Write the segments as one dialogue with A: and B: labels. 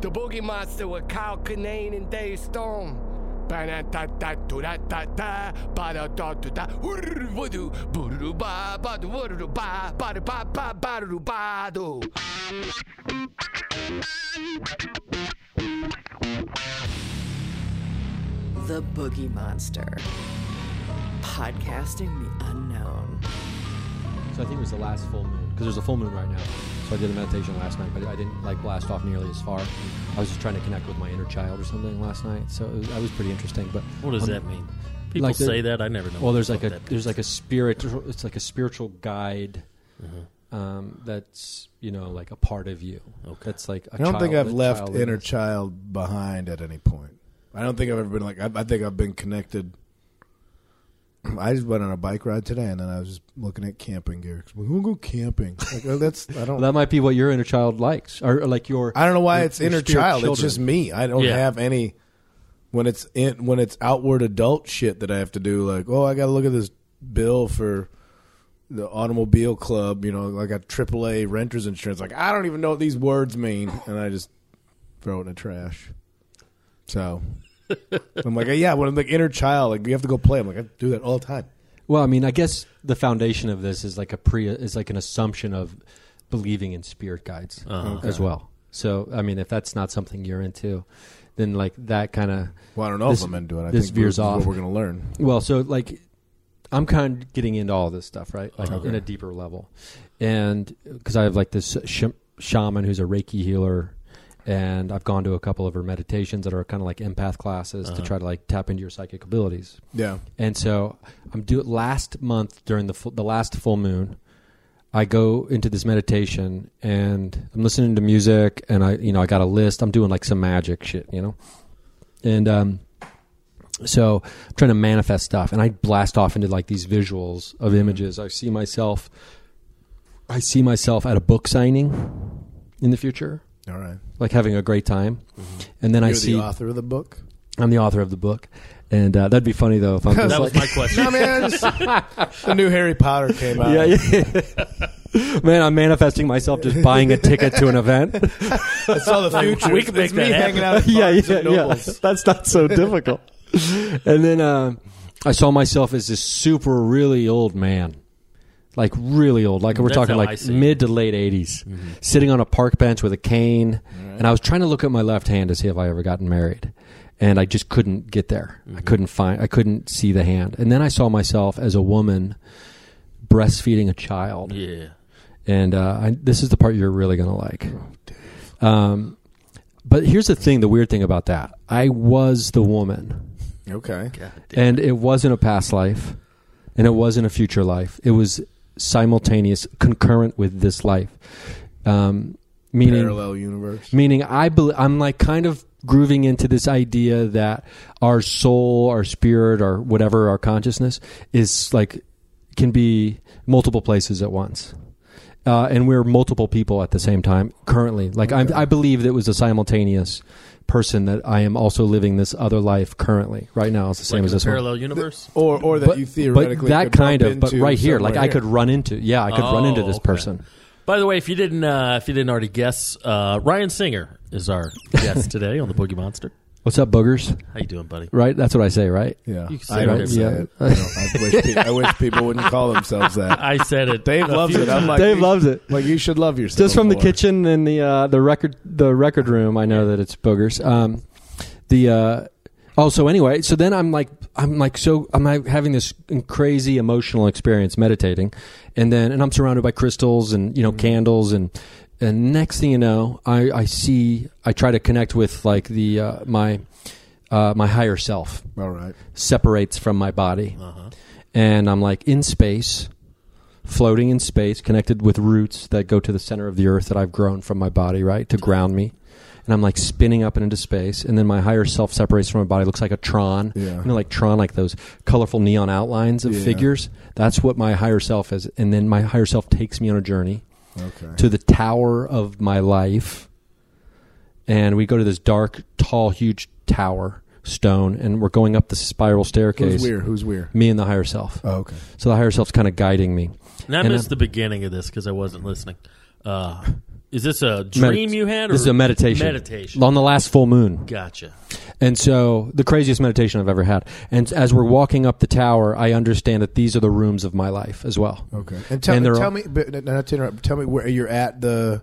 A: The Boogie Monster with Kyle Kinane and Dave Stone. Ba-da-da-da-do-da-da-da, ba-da-da-do-da, woo-doo-doo-woo-doo, boo-doo-doo-ba, ba-doo, woo-doo-doo-ba, ba-da-ba-ba, ba-doo-doo-ba-doo.
B: The Boogie Monster. Podcasting the unknown.
C: So I think it was the last full moon because there's a full moon right now. So I did a meditation last night, but I didn't like blast off nearly as far. I was just trying to connect with my inner child or something last night. So it was, that was pretty interesting. But
D: What does
C: on-
D: that mean? People
C: like the-
D: say that. I never know.
C: Well,
D: what
C: there's
D: the
C: like
D: fuck
C: a
D: that
C: there's
D: means.
C: like a spiritual. It's like a spiritual guide.
D: Uh-huh.
C: Um, that's you know like a part of you. Okay. That's like I
E: I don't think I've left inner child behind at any point. I don't think I've ever been like. I, I think I've been connected. I just went on a bike ride today, and then I was just looking at camping gear. 'Cause We'll go camping. Like oh, that's I don't.
C: Well, that might be what your inner child likes, or, or like your.
E: I don't know why
C: your-
E: it's
C: your
E: inner
C: spirit
E: child. It's
C: children.
E: just me. I don't
D: Yeah.
E: have any. When it's in, when it's outward adult shit that I have to do, like oh, I got to look at this bill for the automobile club. You know, I got AAA renters insurance. Like I don't even know what these words mean, and I just throw it in the trash. So I'm like, yeah, when I'm like inner child, like you have to go play. I'm like, I do that all the time.
C: Well, I mean, I guess the foundation of this is like a pre is like an assumption of believing in spirit guides as well. So, I mean, if that's not something you're into, then like that kind of
E: Well, I don't know
C: This-
E: if I'm into it. I
C: this
E: think
C: veers
E: this is
C: off.
E: What we're gonna learn.
C: well, so like I'm kind of getting into all this stuff, right? Like in a deeper level, and because I have like this sh- shaman who's a Reiki healer, and I've gone to a couple of her meditations that are kind of like empath classes to try to like tap into your psychic abilities.
E: Yeah,
C: And so I'm do last month during the full, the last full moon. I go into this meditation and I'm listening to music and I you know I got a list. I'm doing like some magic shit, you know. And um so I'm trying to manifest stuff and I blast off into like these visuals of
E: Mm-hmm.
C: images. I see myself I see myself at a book signing in the future,
E: all right.
C: like having a great time. And then I
E: Mm-hmm. You're
C: see
E: the author of the book.
C: I'm the author of the book. And uh, that'd be funny though if I'm just
D: That
C: like,
D: was my question.
E: I mean, I just- the new Harry Potter came out.
C: yeah,
D: Um,
C: yeah. Man, I'm manifesting myself just buying a ticket to an event.
E: I saw the future.
D: we can make
E: It's
D: that
E: me
D: happen.
E: hanging out at
C: yeah,
E: Barnes
C: yeah,
E: and
C: yeah.
E: Nobles.
C: That's not so difficult. and then uh, I saw myself as this super really old man. Like really old, like we're
D: That's
C: talking
D: how I
C: like
D: see it. Mm-hmm.
C: mid to late 80s sitting on a park bench with a cane, and I was trying to look at my left hand to see if I ever gotten married, and I just couldn't get there.
D: Mm-hmm.
C: I couldn't find, I couldn't see the hand, and then I saw myself as a woman breastfeeding a child,
D: yeah.
C: and uh, I, this is the part you're really gonna like. Um, but here's the thing: the weird thing about that, I was the woman,
E: Okay.
C: and it wasn't a past life, and it wasn't a future life. It was simultaneous, concurrent with this life, um, meaning
E: Parallel universe.
C: meaning I bel I'm like kind of grooving into this idea that our soul, our spirit, or whatever our consciousness is like can be multiple places at once. Uh, and we're multiple people at the same time currently. Like I'm, I believe that it was a simultaneous person that I am also living this other life currently right now. It's the same
D: Like
C: as
D: in a
C: this one
D: parallel universe.
E: Or or that you theoretically
C: but that
E: could
C: kind
E: bump
C: of, but
E: into
C: right here, like
E: somewhere
C: I could run into, yeah, I could run into
D: Oh,
C: this
D: okay.
C: person.
D: By the way, if you didn't, uh, if you didn't already guess, uh, Ryan Singer is our guest today on the Boogie Monster.
C: What's up, boogers?
D: How you doing, buddy?
C: Right? That's what I say, right?
E: Yeah.
D: You could
E: I
D: say
E: don't
D: that.
E: say
C: Yeah.
E: it. I, don't- I wish pe- I wish people wouldn't call themselves that.
D: I said it.
E: Dave
D: a
E: loves
D: few
E: it. I'm
D: times.
E: like
C: Dave
E: you-
C: loves it.
E: Like you should love yourself.
C: just from the
E: more.
C: kitchen and the uh, the record the record room. I know that it's boogers. Um, the uh, also anyway. So then I'm like I'm like so I'm like having this crazy emotional experience meditating, and then and I'm surrounded by crystals and you know candles and and next thing you know I I see I try to connect with like the uh, my uh, my higher self
E: All right.
C: separates from my body.
E: Uh-huh.
C: And I'm like in space, floating in space, connected with roots that go to the center of the earth that I've grown from my body, right? To ground me. And I'm like spinning up and into space. And then my higher self separates from my body, looks like a Tron.
E: Yeah.
C: You know, like Tron, like those colorful neon outlines of
E: Yeah.
C: figures. That's what my higher self is. And then my higher self takes me on a journey
E: Okay.
C: to the tower of my life. And we go to this dark, tall, huge tower stone, and we're going up the spiral staircase.
E: Who's weird? Who's weird?
C: Me and the higher self.
E: Oh, okay.
C: So the higher self's kind of guiding me.
D: And I
C: And
D: missed
C: I'm-
D: the beginning of this because I wasn't listening. Uh, Is this a dream
C: Medit-
D: you had? Or
C: This is a meditation.
D: Meditation.
C: on the last full moon.
D: Gotcha.
C: And so, the craziest meditation I've ever had. And as we're walking up the tower, I understand that these are the rooms of my life as well.
E: Okay. And tell,
C: they're
E: me, tell
C: all-
E: me, but not to interrupt. Tell me where you're at the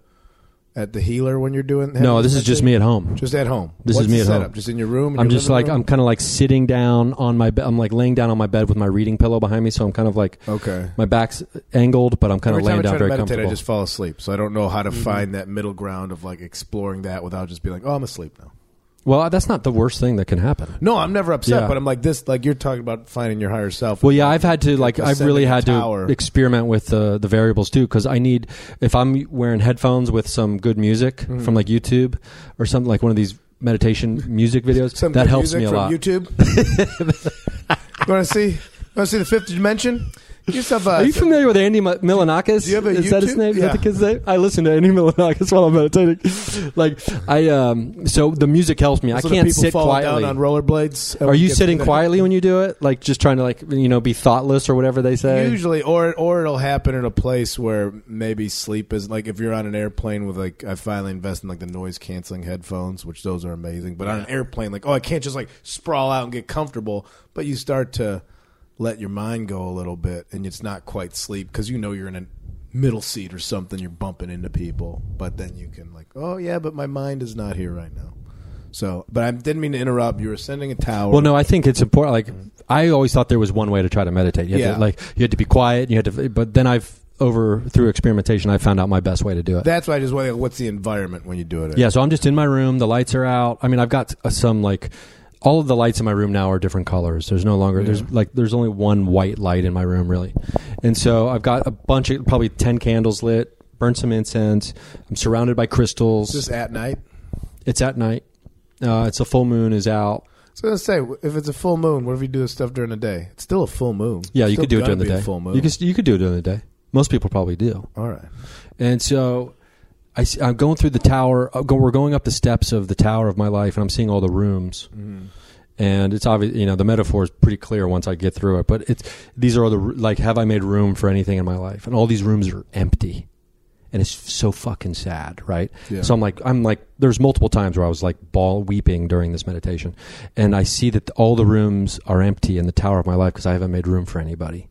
E: at the healer when you're doing.
C: No, this is just me at home.
E: Just at home.
C: This
E: What's
C: is me
E: the
C: at home.
E: setup? Just in your room. in
C: I'm
E: your
C: just like
E: living
C: I'm
E: room?
C: kind of like sitting down on my bed. I'm like laying down on my bed with my reading pillow behind me, so I'm kind of like
E: okay.
C: my back's angled, but I'm kind
E: Every
C: of
E: time
C: laying
E: I try
C: down
E: to
C: very
E: meditate, I
C: comfortable. Mm-hmm.
E: just fall asleep. So I don't know how to find that middle ground of like exploring that without just being like, oh, I'm asleep now.
C: well, that's not the worst thing that can happen.
E: No, I'm never upset,
C: Yeah.
E: but I'm like this. Like you're talking about finding your higher self.
C: Well, yeah, I've had to like I've
E: Ascending
C: really had
E: tower.
C: to experiment with the the variables too because I need if I'm wearing headphones with some good music
E: Mm-hmm.
C: from like YouTube or something like one of these meditation music videos
E: Some
C: that
E: good
C: helps
E: music
C: me a
E: from
C: lot.
E: YouTube. you want to see? Want to see the fifth dimension? Get yourself a.
C: Are you familiar with Andy Mi- Milanakis?
E: Do you have a
C: Is that his
E: YouTube?
C: name? Is
E: Yeah.
C: that the kid's name? I listen to Andy Milanakis while I'm meditating. like I um so the music helps me.
E: So
C: I
E: the
C: can't
E: people
C: sit
E: falling
C: quietly.
E: down on rollerblades.
C: Are you
E: Get-
C: sitting quietly when you do it? Like just trying to like you know be thoughtless or whatever they say.
E: Usually, or or it'll happen in a place where maybe sleep is like if you're on an airplane with like I finally invest in like the noise canceling headphones, which those are amazing. But on an airplane, like oh, I can't just like sprawl out and get comfortable. But you start to let your mind go a little bit, and it's not quite sleep because you know you're in a middle seat or something. You're bumping into people, but then you can like oh yeah, but my mind is not here right now. So, but I didn't mean to interrupt. You were ascending a tower.
C: Well, no, I think it's important. Like I always thought there was one way to try to meditate. You had
E: Yeah.
C: to, like you had to be quiet. You had to, but then I've over through experimentation, I found out my best way to do it.
E: That's why I just wonder what's the environment when you do it. in?
C: yeah, so I'm just in my room. The lights are out. I mean, I've got uh, some like all of the lights in my room now are different colors. There's no longer there's like there's only one white light in my room really, and so I've got a bunch of probably ten candles lit. Burn some incense. I'm surrounded by crystals.
E: Just at night.
C: it's at night. Uh, it's a full moon is out.
E: So let's say if it's a full moon, what if you do this stuff during the day? It's still a full moon.
C: Yeah,
E: It's
C: you
E: still
C: could do it
E: gotta
C: during the
E: be a
C: day.
E: Full moon.
C: You could you could do it during the day. Most people probably do.
E: All right.
C: And so I, am going through the tower. uh, go- We're going up the steps of the tower of my life, and I'm seeing all the rooms. And it's obvious, you know, the metaphor is pretty clear once I get through it. But it's these are all the r- like, have I made room for anything in my life? And all these rooms are empty, and it's so fucking sad, right?
E: Yeah.
C: So I'm like, I'm like, there's multiple times where I was like ball weeping during this meditation, and I see that all the rooms are empty in the tower of my life because I haven't made room for anybody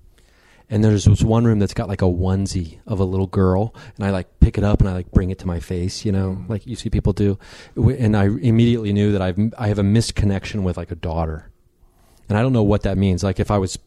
C: and there's this one room that's got like a onesie of a little girl and i like pick it up and i like bring it to my face you know
D: Mm.
C: like you see people do W- and i immediately knew that i've i have a missed connection with like a daughter and i don't know what that means like if i was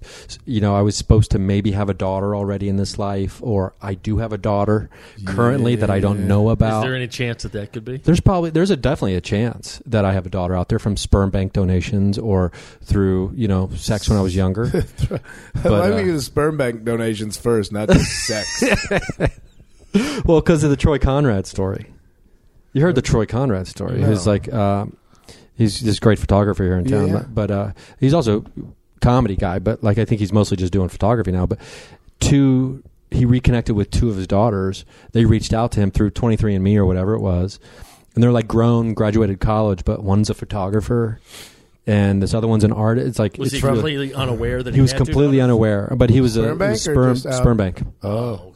C: you know i was supposed to maybe have a daughter already in this life or i do have a daughter currently that i don't know about
D: Is there any chance that that could be?
C: there's probably there's a definitely a chance that I have a daughter out there from sperm bank donations or through you know sex when I was younger.
E: But, Why
C: But,
E: don't
C: uh,
E: we do the sperm bank donations first, not just sex?
C: Well, because of the Troy Conrad story. You heard the Troy Conrad story.
E: No.
C: He's like, um he's this great photographer here in town,
E: Yeah.
C: but uh, he's also comedy guy. But like, I think he's mostly just doing photography now. But two, he reconnected with two of his daughters. They reached out to him through 23andMe or whatever it was, and they're like grown, graduated college, but one's a photographer, and this other one's an artist. It's like
D: Was
C: it's
D: he
C: really-
D: completely unaware that he,
C: he was
D: had two
C: completely
D: daughters?
C: unaware, but he was a
E: Sperm bank
C: it was
E: or
C: sperm
E: just uh, out?
C: sperm bank.
E: oh,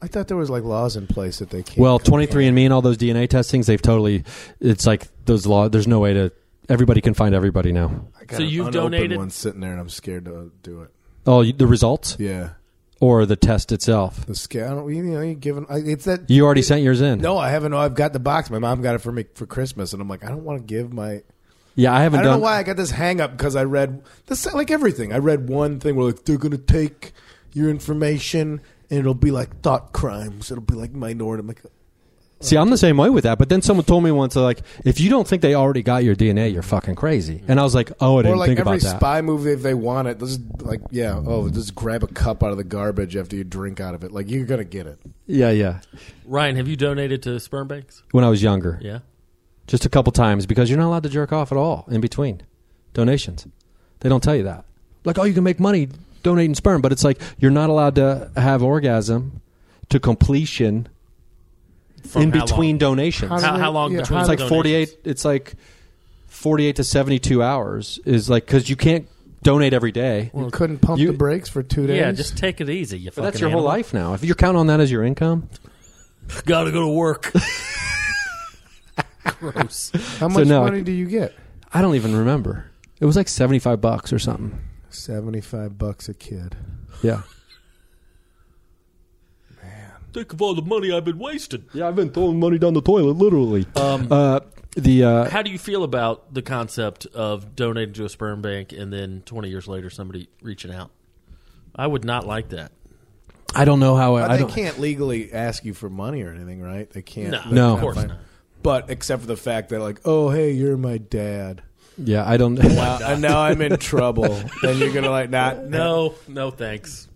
E: I thought there was like laws in place that they can't.
C: Well,
E: come-
C: 23andMe and all those DNA testings, they've totally, it's like those law, there's no way to, everybody can find everybody now.
E: I got
D: So
E: an
D: you've
E: unopened
D: donated-
E: one sitting there, and I'm scared to do it.
C: Oh, you- the results
E: Yeah,
C: or the test itself?
E: the scare. I don't. You know, you giving. I- It's that.
C: You already sent yours in.
E: no, I haven't. I've got the box. My mom got it for me for Christmas, and I'm like, I don't want to give my.
C: Yeah, I haven't
E: I don't
C: done.
E: know why I got this hang up because I read this like everything. I read one thing where like they're gonna take your information and it'll be like thought crimes. It'll be like minority. I'm like,
C: See, I'm the same way with that. But then someone told me once, like, if you don't think they already got your DNA, you're fucking crazy. And I was like, oh, I
E: or
C: didn't
E: like
C: think
E: every
C: about that.
E: spy movie if they want it. This is like yeah. Oh, just grab a cup out of the garbage after you drink out of it. Like you're gonna get it.
C: Yeah, yeah.
D: Ryan, have you donated to sperm banks?
C: When I was younger,
D: Yeah.
C: just a couple times because you're not allowed to jerk off at all in between donations. They don't tell you that. Like, oh, you can make money donating sperm, but it's like you're not allowed to have orgasm to completion
D: From
C: in
D: how long?
C: between donations.
E: How
D: How, how long
E: Yeah,
D: between?
E: how
C: it's
D: the
C: like
D: donations?
C: 48 it's like 48 to 72 hours is like cuz you can't donate every day.
E: you couldn't pump
C: you-
E: the brakes for two days.
D: Yeah, just take it easy. You
C: but that's
D: fucking
C: your whole
D: animal.
C: life now. If you're counting on that as your income,
D: Gotta go to work. Gross.
E: How much
C: no, I-
E: money do you get?
C: I don't even remember. It was like seventy five bucks or something.
E: Seventy-five bucks a kid.
C: Yeah.
D: Think of all the money I've been wasting.
C: Yeah, I've been throwing money down the toilet, literally.
D: Um,
C: Uh, the uh,
D: How do you feel about the concept of donating to a sperm bank and then 20 years later somebody reaching out? I would not like that.
C: I don't know how I, I
E: they
C: don't.
E: can't legally ask you for money or anything, right? They can't.
D: No,
E: they
C: No.
E: can't
C: of
D: course
E: find-
D: not.
E: But except for the fact that, like, oh, hey, you're my dad.
C: Yeah, I don't.
E: Now, and Uh, now I'm in trouble. then you're gonna like not
D: No, no, thanks.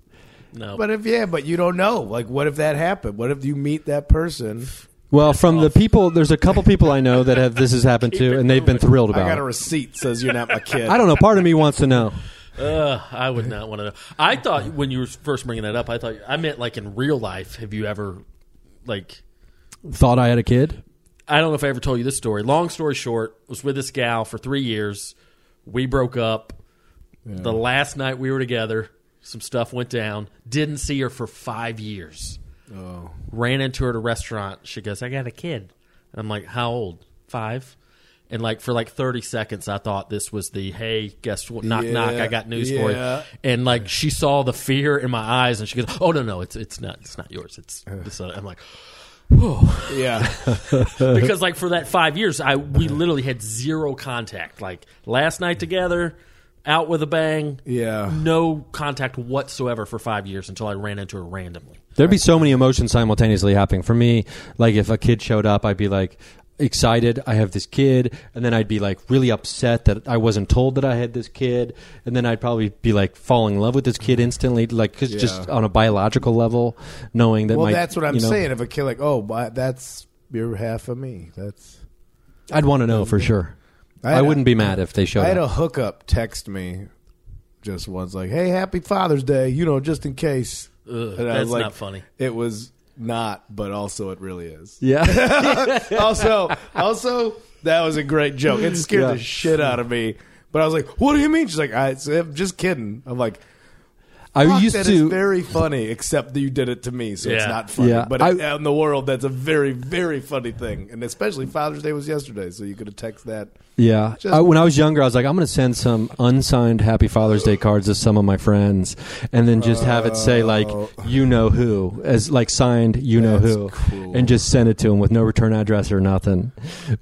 D: No.
E: But if yeah, but you don't know. Like, what if that happened? What if you meet that person?
C: well, from the people, there's a couple people I know that have this has happened to, and they've been thrilled
E: I
C: about
E: got a
C: it.
E: receipt says you're not my kid.
C: I don't know. Part of me wants to know.
D: Ugh, I would not want to know. I thought when you were first bringing that up, I thought I meant like in real life. Have you ever like?
C: Thought I had a kid.
D: I don't know if I ever told you this story. Long story short, was with this gal for three years. We broke up. The last night we were together, some stuff went down. Didn't see her for five years.
E: Oh.
D: Ran into her at a restaurant. She goes, "I got a kid." And I'm like, "How old? Five? And like for like 30 seconds, I thought this was the hey, guess what? Knock
E: Yeah,
D: knock. I got news for
E: yeah.
D: you. And like she saw the fear in my eyes, and she goes, "Oh no no, it's it's not it's not yours. It's this." other." I'm like,
E: Yeah, Uh-huh.
D: because like for that five years i we literally had zero contact like last night together out with a bang
E: yeah.
D: no contact whatsoever for five years until i ran into her randomly
C: There'd be so many emotions simultaneously happening for me. Like if a kid showed up, I'd be like excited I have this kid and then I'd be like really upset that I wasn't told that I had this kid and then I'd probably be like falling in love with this kid instantly like 'cause just
E: Yeah.
C: on a biological level knowing that
E: Well,
C: my-
E: that's what I'm
C: you know,
E: saying. If a kid like, oh, but that's you're half of me. That's
C: I'd want to know for sure
E: I
C: I,
E: had a-
C: wouldn't be mad if they showed
E: I had a
C: up
E: hookup text me just once, like, "Hey, Happy Father's Day," you know, just in case.
D: Ugh,
E: And I
D: that's
E: was like-
D: not funny
E: It was not, but also it really is.
C: yeah
E: also, also that was a great joke. It scared
C: Yeah.
E: the shit out of me. But I was like, "What do you mean?" She's like, I, "I'm just kidding." I'm like,
C: I
E: Fuck,
C: used
E: that is
C: to
E: very funny, except that you did it to me, so it's
D: Yeah.
E: not funny.
C: Yeah.
E: But
C: I-
E: out in the world, that's a very, very funny thing, and especially Father's Day was yesterday, so you could have texted that.
C: Yeah.
E: Just-
C: I, when I was younger, I was like, I'm going to send some unsigned Happy Father's Day cards to some of my friends and then just have it say, like,
E: Oh.
C: you know who, as like signed, you know
E: That's
C: who,
E: cruel.
C: and just send it to them with no return address or nothing.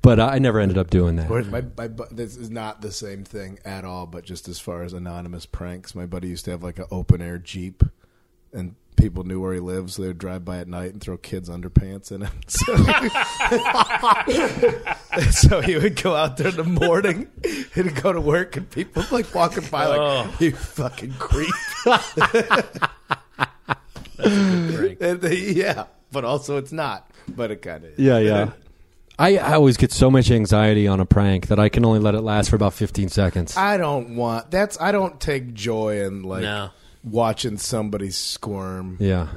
C: But I never ended up doing that.
E: My, my bu- this is not the same thing at all, but just as far as anonymous pranks, my buddy used to have like an open air jeep, and people knew where he lived, so they would drive by at night and throw kids' underpants in it. So, so he would go out there in the morning, he'd go to work, and people would, like walking by, like you fucking creep.
D: Frank.
E: And they- yeah, but also it's not, but it kind of
C: Yeah, yeah. I, I always get so much anxiety on a prank that I can only let it last for about 15 seconds.
E: I don't want that's I don't take joy in like
D: No.
E: watching somebody squirm.
C: yeah.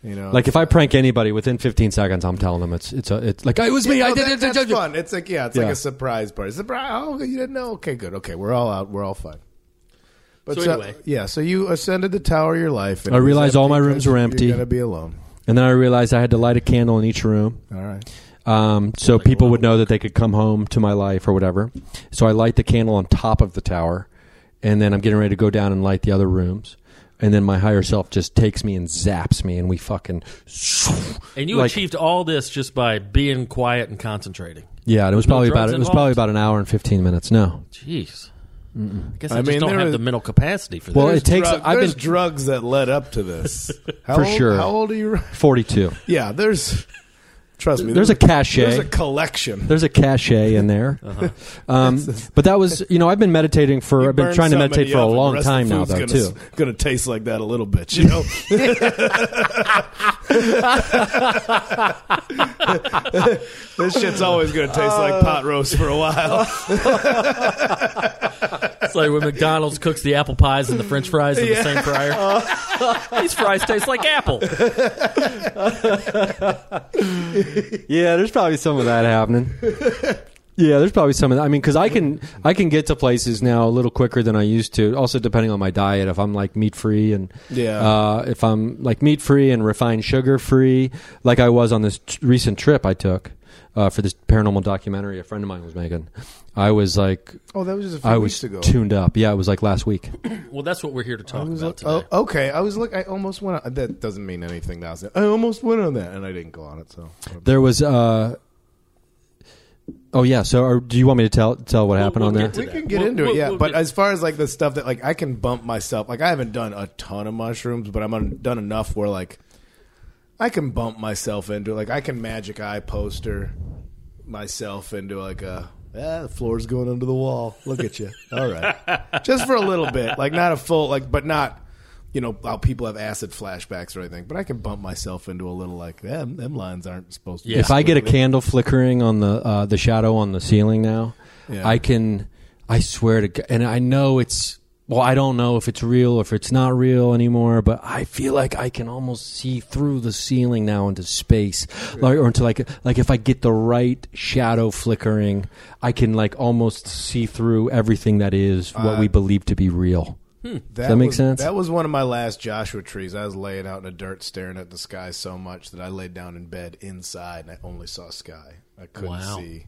E: You know,
C: Like if I prank anybody within 15 seconds, I'm telling them it's it's a, it's like "Oh, it was me.
E: Yeah,
C: I
E: no,
C: did
E: that-
C: it.
E: that's fun. It's like yeah, it's
C: Yeah.
E: like a surprise party. Surprise! Oh, you didn't know? Okay, good. Okay, we're all out. We're all fine. But
D: So anyway.
E: yeah. So you ascended the tower of your life. And
C: I
E: it was
C: realized all
E: empty
C: my
E: because
C: rooms were empty.
E: You're gonna be alone.
C: And then I realized I had to light a candle in each room.
E: All right.
C: um, so people would know that they could come home to my life or whatever. So I light the candle on top of the tower, and then I'm getting ready to go down and light the other rooms. And then my higher self just takes me and zaps me, and we fucking
D: and you
C: Like-
D: achieved all this just by being quiet and concentrating
C: yeah. And it was
D: No
C: probably about
D: drugs
C: it was
D: involved?
C: probably about an hour and fifteen minutes. No,
D: jeez i guess i,
E: I
D: just
E: mean,
D: don't
E: there
D: have
E: is-
D: the mental capacity for that
C: well, it takes.
E: Drug-
C: I've
E: there's
C: been
E: drugs that led up to this. How
C: For
E: old-
C: sure.
E: How old are you?
C: forty-two.
E: Yeah. There's. Trust me.
C: There's a cachet.
E: There's a Uh-huh. collection.
C: There's a cachet in there, um, but that was you know I've been meditating for I've been
E: Burn
C: trying to
E: somebody
C: meditate for a
E: up, and the
C: long
E: rest of the
C: time now
E: food's
C: though
E: gonna,
C: too.
E: Going to taste like that a little bit, you know. this shit's always going to taste like pot roast for a while.
D: it's like when mcdonald's cooks the apple pies and the french fries in the same fryer
E: Uh-huh.
D: these fries taste like apple
C: Yeah, there's probably some of that happening. Yeah, there's probably some of that. I mean, because I can I can get to places now a little quicker than I used to. Also, depending on my diet, if I'm like meat free and
E: Yeah.
C: uh, if I'm like meat free and refined sugar free, like I was on this t- recent trip I took uh, for this paranormal documentary a friend of mine was making. I was like,
E: Oh, that was just a few
C: I
E: weeks
C: was
E: ago.
C: tuned up. Yeah, it was like last week.
D: Well, that's what we're here to
E: I
D: talk
E: was
D: about
E: like,
D: today.
E: oh, okay. I was like, I almost went. On, that doesn't mean anything. That I, was, I almost went on that, and I didn't go on it. So
C: There was. Uh, oh yeah. So are, do you want me to tell tell what happened
D: we'll
C: on
D: get
C: there?
D: to
E: we
D: that.
E: can get
D: We'll-
E: into
D: we'll-
E: it, yeah.
D: we'll
E: but
D: get-
E: as far as like the stuff that like I can bump myself, like I haven't done a ton of mushrooms, but I'm un- done enough where like I can bump myself into it. Like I can magic eye poster myself into like a. Ah, the floor's going under the wall. Look at you. All right, just for a little bit, like not a full, like, but not, you know, how people have acid flashbacks or anything. But I can bump myself into a little, like, them, them lines aren't supposed to. be
C: if I get a
E: squiggly."
C: candle flickering on the uh, the shadow on the ceiling now,
E: Yeah.
C: I can. I swear to God, and I know it's. Well, I don't know if it's real or if it's not real anymore, but I feel like I can almost see through the ceiling now into space, like, or into like like if I get the right shadow flickering, I can like almost see through everything that is
E: Uh,
C: what we believe to be real.
E: That,
C: that make
E: was,
C: sense?
E: That was one of my last Joshua trees. I was laying out in the dirt, staring at the sky so much that I laid down in bed inside and I only saw sky. I couldn't
D: Wow.
E: see.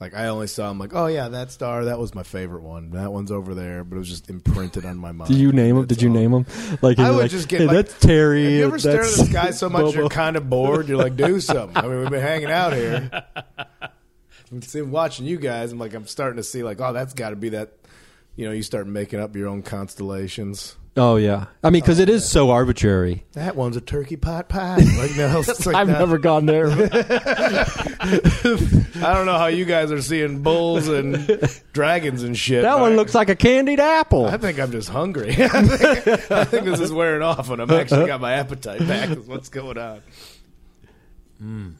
E: Like I only saw. I'm like, oh yeah, that star. That was my favorite one. That one's over there, but it was just imprinted on my mind.
C: Do you name them?
E: That's
C: Did you
E: all.
C: name them? Like
E: I
C: you're
E: would
C: like,
E: just get
C: "Hey,
E: like,
C: that's Terry.
E: Have you ever stared at
C: that's
E: the sky so much
C: Bobo."
E: you're kind of bored? You're like, do something. I mean, we've been hanging out here. I'm sitting watching you guys. I'm like, I'm starting to see like, oh, that's got to be that. You know, you start making up your own constellations.
C: Oh yeah, I mean because it is so arbitrary.
E: That one's a turkey pot pie. Like no, it's like
C: I've
E: that.
C: never gone there.
E: I don't know how you guys are seeing bulls and dragons and shit.
C: that
E: but I-
C: one looks like a candied apple.
E: I think I'm just hungry. I, think, I think this is wearing off, and I'm actually got my appetite back. Is what's going on? Hmm.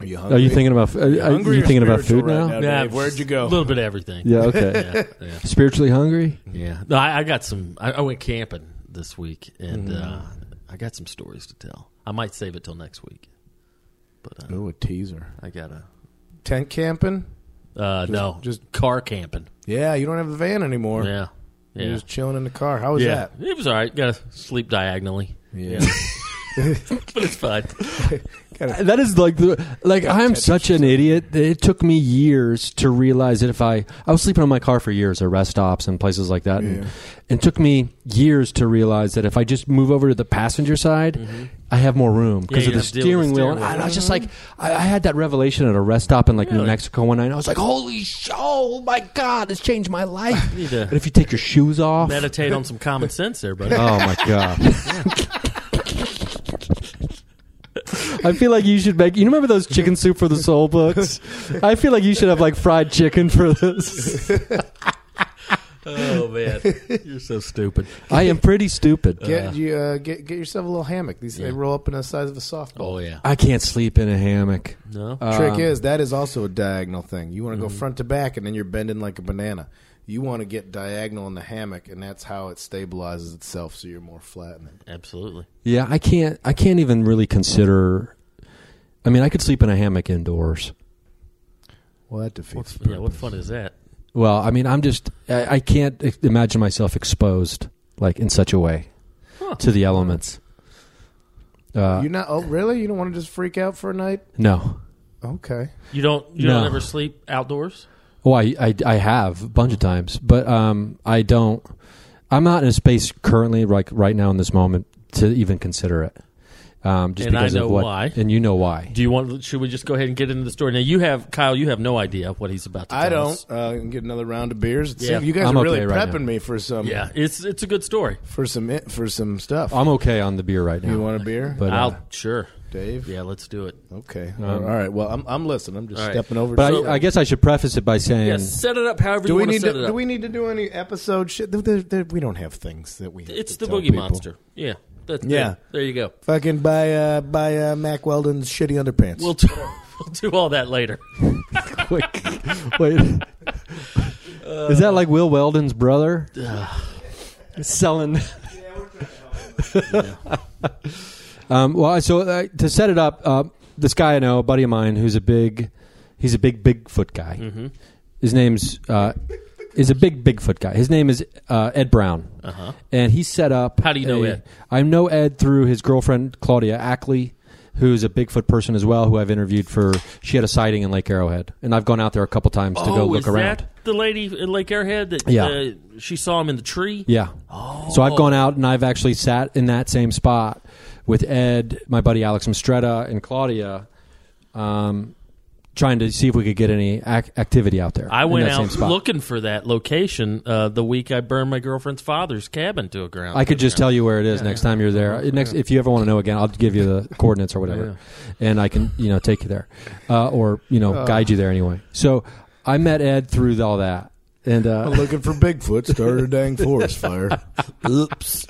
E: Are you hungry?
C: Are you thinking about? Are, are
E: Hungry
C: you
E: or
C: thinking about
E: spiritual
C: food
E: right
C: now?
E: now?
D: Yeah,
E: "Oh, Dave, where'd you
D: just
E: go?
D: A little bit of everything.
C: Yeah. Okay.
D: Yeah, yeah.
C: Spiritually hungry.
D: yeah. No, I, I got some. I, I went camping this week, and uh, I got some stories to tell. I might save it till next week, but uh,
E: Ooh, a teaser.
D: I gotta.
E: Tent camping?
D: Uh, no,
E: just-
D: just car camping.
E: Yeah, you don't have the van anymore.
D: Yeah, yeah,
E: You're just chilling in the car. How was
D: yeah.
E: that?
D: It was all right. Got to sleep diagonally,
E: Yeah.
D: but it's fine.
C: That is like the like I am such an idiot. that It took me years to realize that if I I was sleeping on my car for years at rest stops and places like that, and, and it took me years to realize that if I just move over to the passenger side, I have more room because
D: Mm-hmm. you
C: of the
D: don't have to deal with
C: steering
D: the
C: wheel.
D: steering
C: And
D: wheel.
C: I, I was just like I, I had that revelation at a rest stop in like New
D: Really?
C: Mexico one night. And I was like, holy sh! Oh my god, it's changed my life.
D: You need to-
C: and if you take your shoes off,
D: Meditate on some common sense, there, buddy.
C: Oh my god. I feel like you should make. You remember those chicken soup for the soul books? I feel like you should have like fried chicken for this.
D: Oh man, you're so stupid.
C: I am pretty stupid.
E: Get you uh, get get yourself a little hammock. These they roll up in the size of a softball.
D: Oh yeah,
C: I can't sleep in a hammock. Um,
D: no.
E: Trick is that is also a diagonal thing. You want to go
C: Mhm.
E: front to back, and then you're bending like a banana. You want to get diagonal in the hammock, and that's how it stabilizes itself, so you're more flat. In it.
D: Absolutely.
C: Yeah, I can't. I can't even really consider. I mean, I could sleep in a hammock indoors.
E: Well, that defeats. the
D: Yeah, what fun is that?
C: Well, I mean, I'm just. I, I can't ex- imagine myself exposed like in such a way to the elements. Uh,
E: You're not. Oh, really? You don't want to just freak out for a night?
C: no.
E: Okay.
D: You don't you
C: No.
D: don't ever sleep outdoors?
C: Well, Oh, I, I, I have a bunch of times, but um, I don't. I'm not in a space currently, like right now in this moment, to even consider it. Um, just
D: And I
C: because
D: know
C: of what,
D: why.
C: and you know why.
D: Do you want? Should we just go ahead and get into the story now? You have Kyle. You have no idea what he's about to.
E: I
D: tell
E: don't.
D: us.
E: Uh, you can get another round of beers. It
D: Yeah.
E: seems- you guys
C: I'm
E: are
C: okay
E: really
C: right now.
E: prepping me for some.
D: Yeah, it's it's a good story.
E: For some i- for some stuff.
C: I'm okay on the beer right now.
E: you want a beer,
C: but, uh,
D: I'll sure.
E: Dave?
D: Yeah, let's do it.
E: Okay. all right. Well, I'm I'm listening. I'm just
D: all right.
E: stepping over.
C: but
E: to-
C: I, I guess I should preface it by saying
D: Yeah, set it up however
E: do
D: you
E: we
D: want to
E: need to
D: set it up.
E: do we need to do any episode shit? There- there- there- we don't have things that we. have
D: it's
E: to
D: the
E: tell
D: boogie
E: people.
D: monster. Yeah, that's
E: Yeah.
D: There, there you go.
E: Fucking buy uh buy uh Mac Weldon's shitty underpants.
D: We'll do, we'll do all that later.
C: quick. Wait, is that like Will Weldon's brother selling? um, well, I- so uh, to set it up, uh, this guy I know, a buddy of mine, who's a big He's a big Bigfoot guy.
D: Mm-hmm.
C: His name's uh, is a big Bigfoot guy. His name is uh, Ed Brown, uh-huh. and he set up.
D: How do you know
C: a-
D: Ed?
C: I know Ed through his girlfriend Claudia Ackley, who's a Bigfoot person as well, who I've interviewed for. She had a sighting in Lake Arrowhead, and I've gone out there a couple times to go
D: Oh,
C: look
D: is
C: around.
D: that the lady in Lake Airhead that
C: Yeah.
D: uh, she saw him in the tree?
C: Yeah. So I've gone out and I've actually sat in that same spot with Ed, my buddy Alex Mistretta, and Claudia, um, trying to see if we could get any ac- activity out there.
D: I
C: in
D: went
C: that same
D: out
C: spot.
D: looking for that location uh, the week I burned my girlfriend's father's cabin to a ground.
C: I could just tell you where it is next time you're there. Next, if you ever want to know again, I'll give you the coordinates or whatever, and I can you know take you there, uh, or you know guide you there anyway. So I met Ed through the- all that, and uh,
E: Looking for Bigfoot started a dang forest fire.
D: Oops.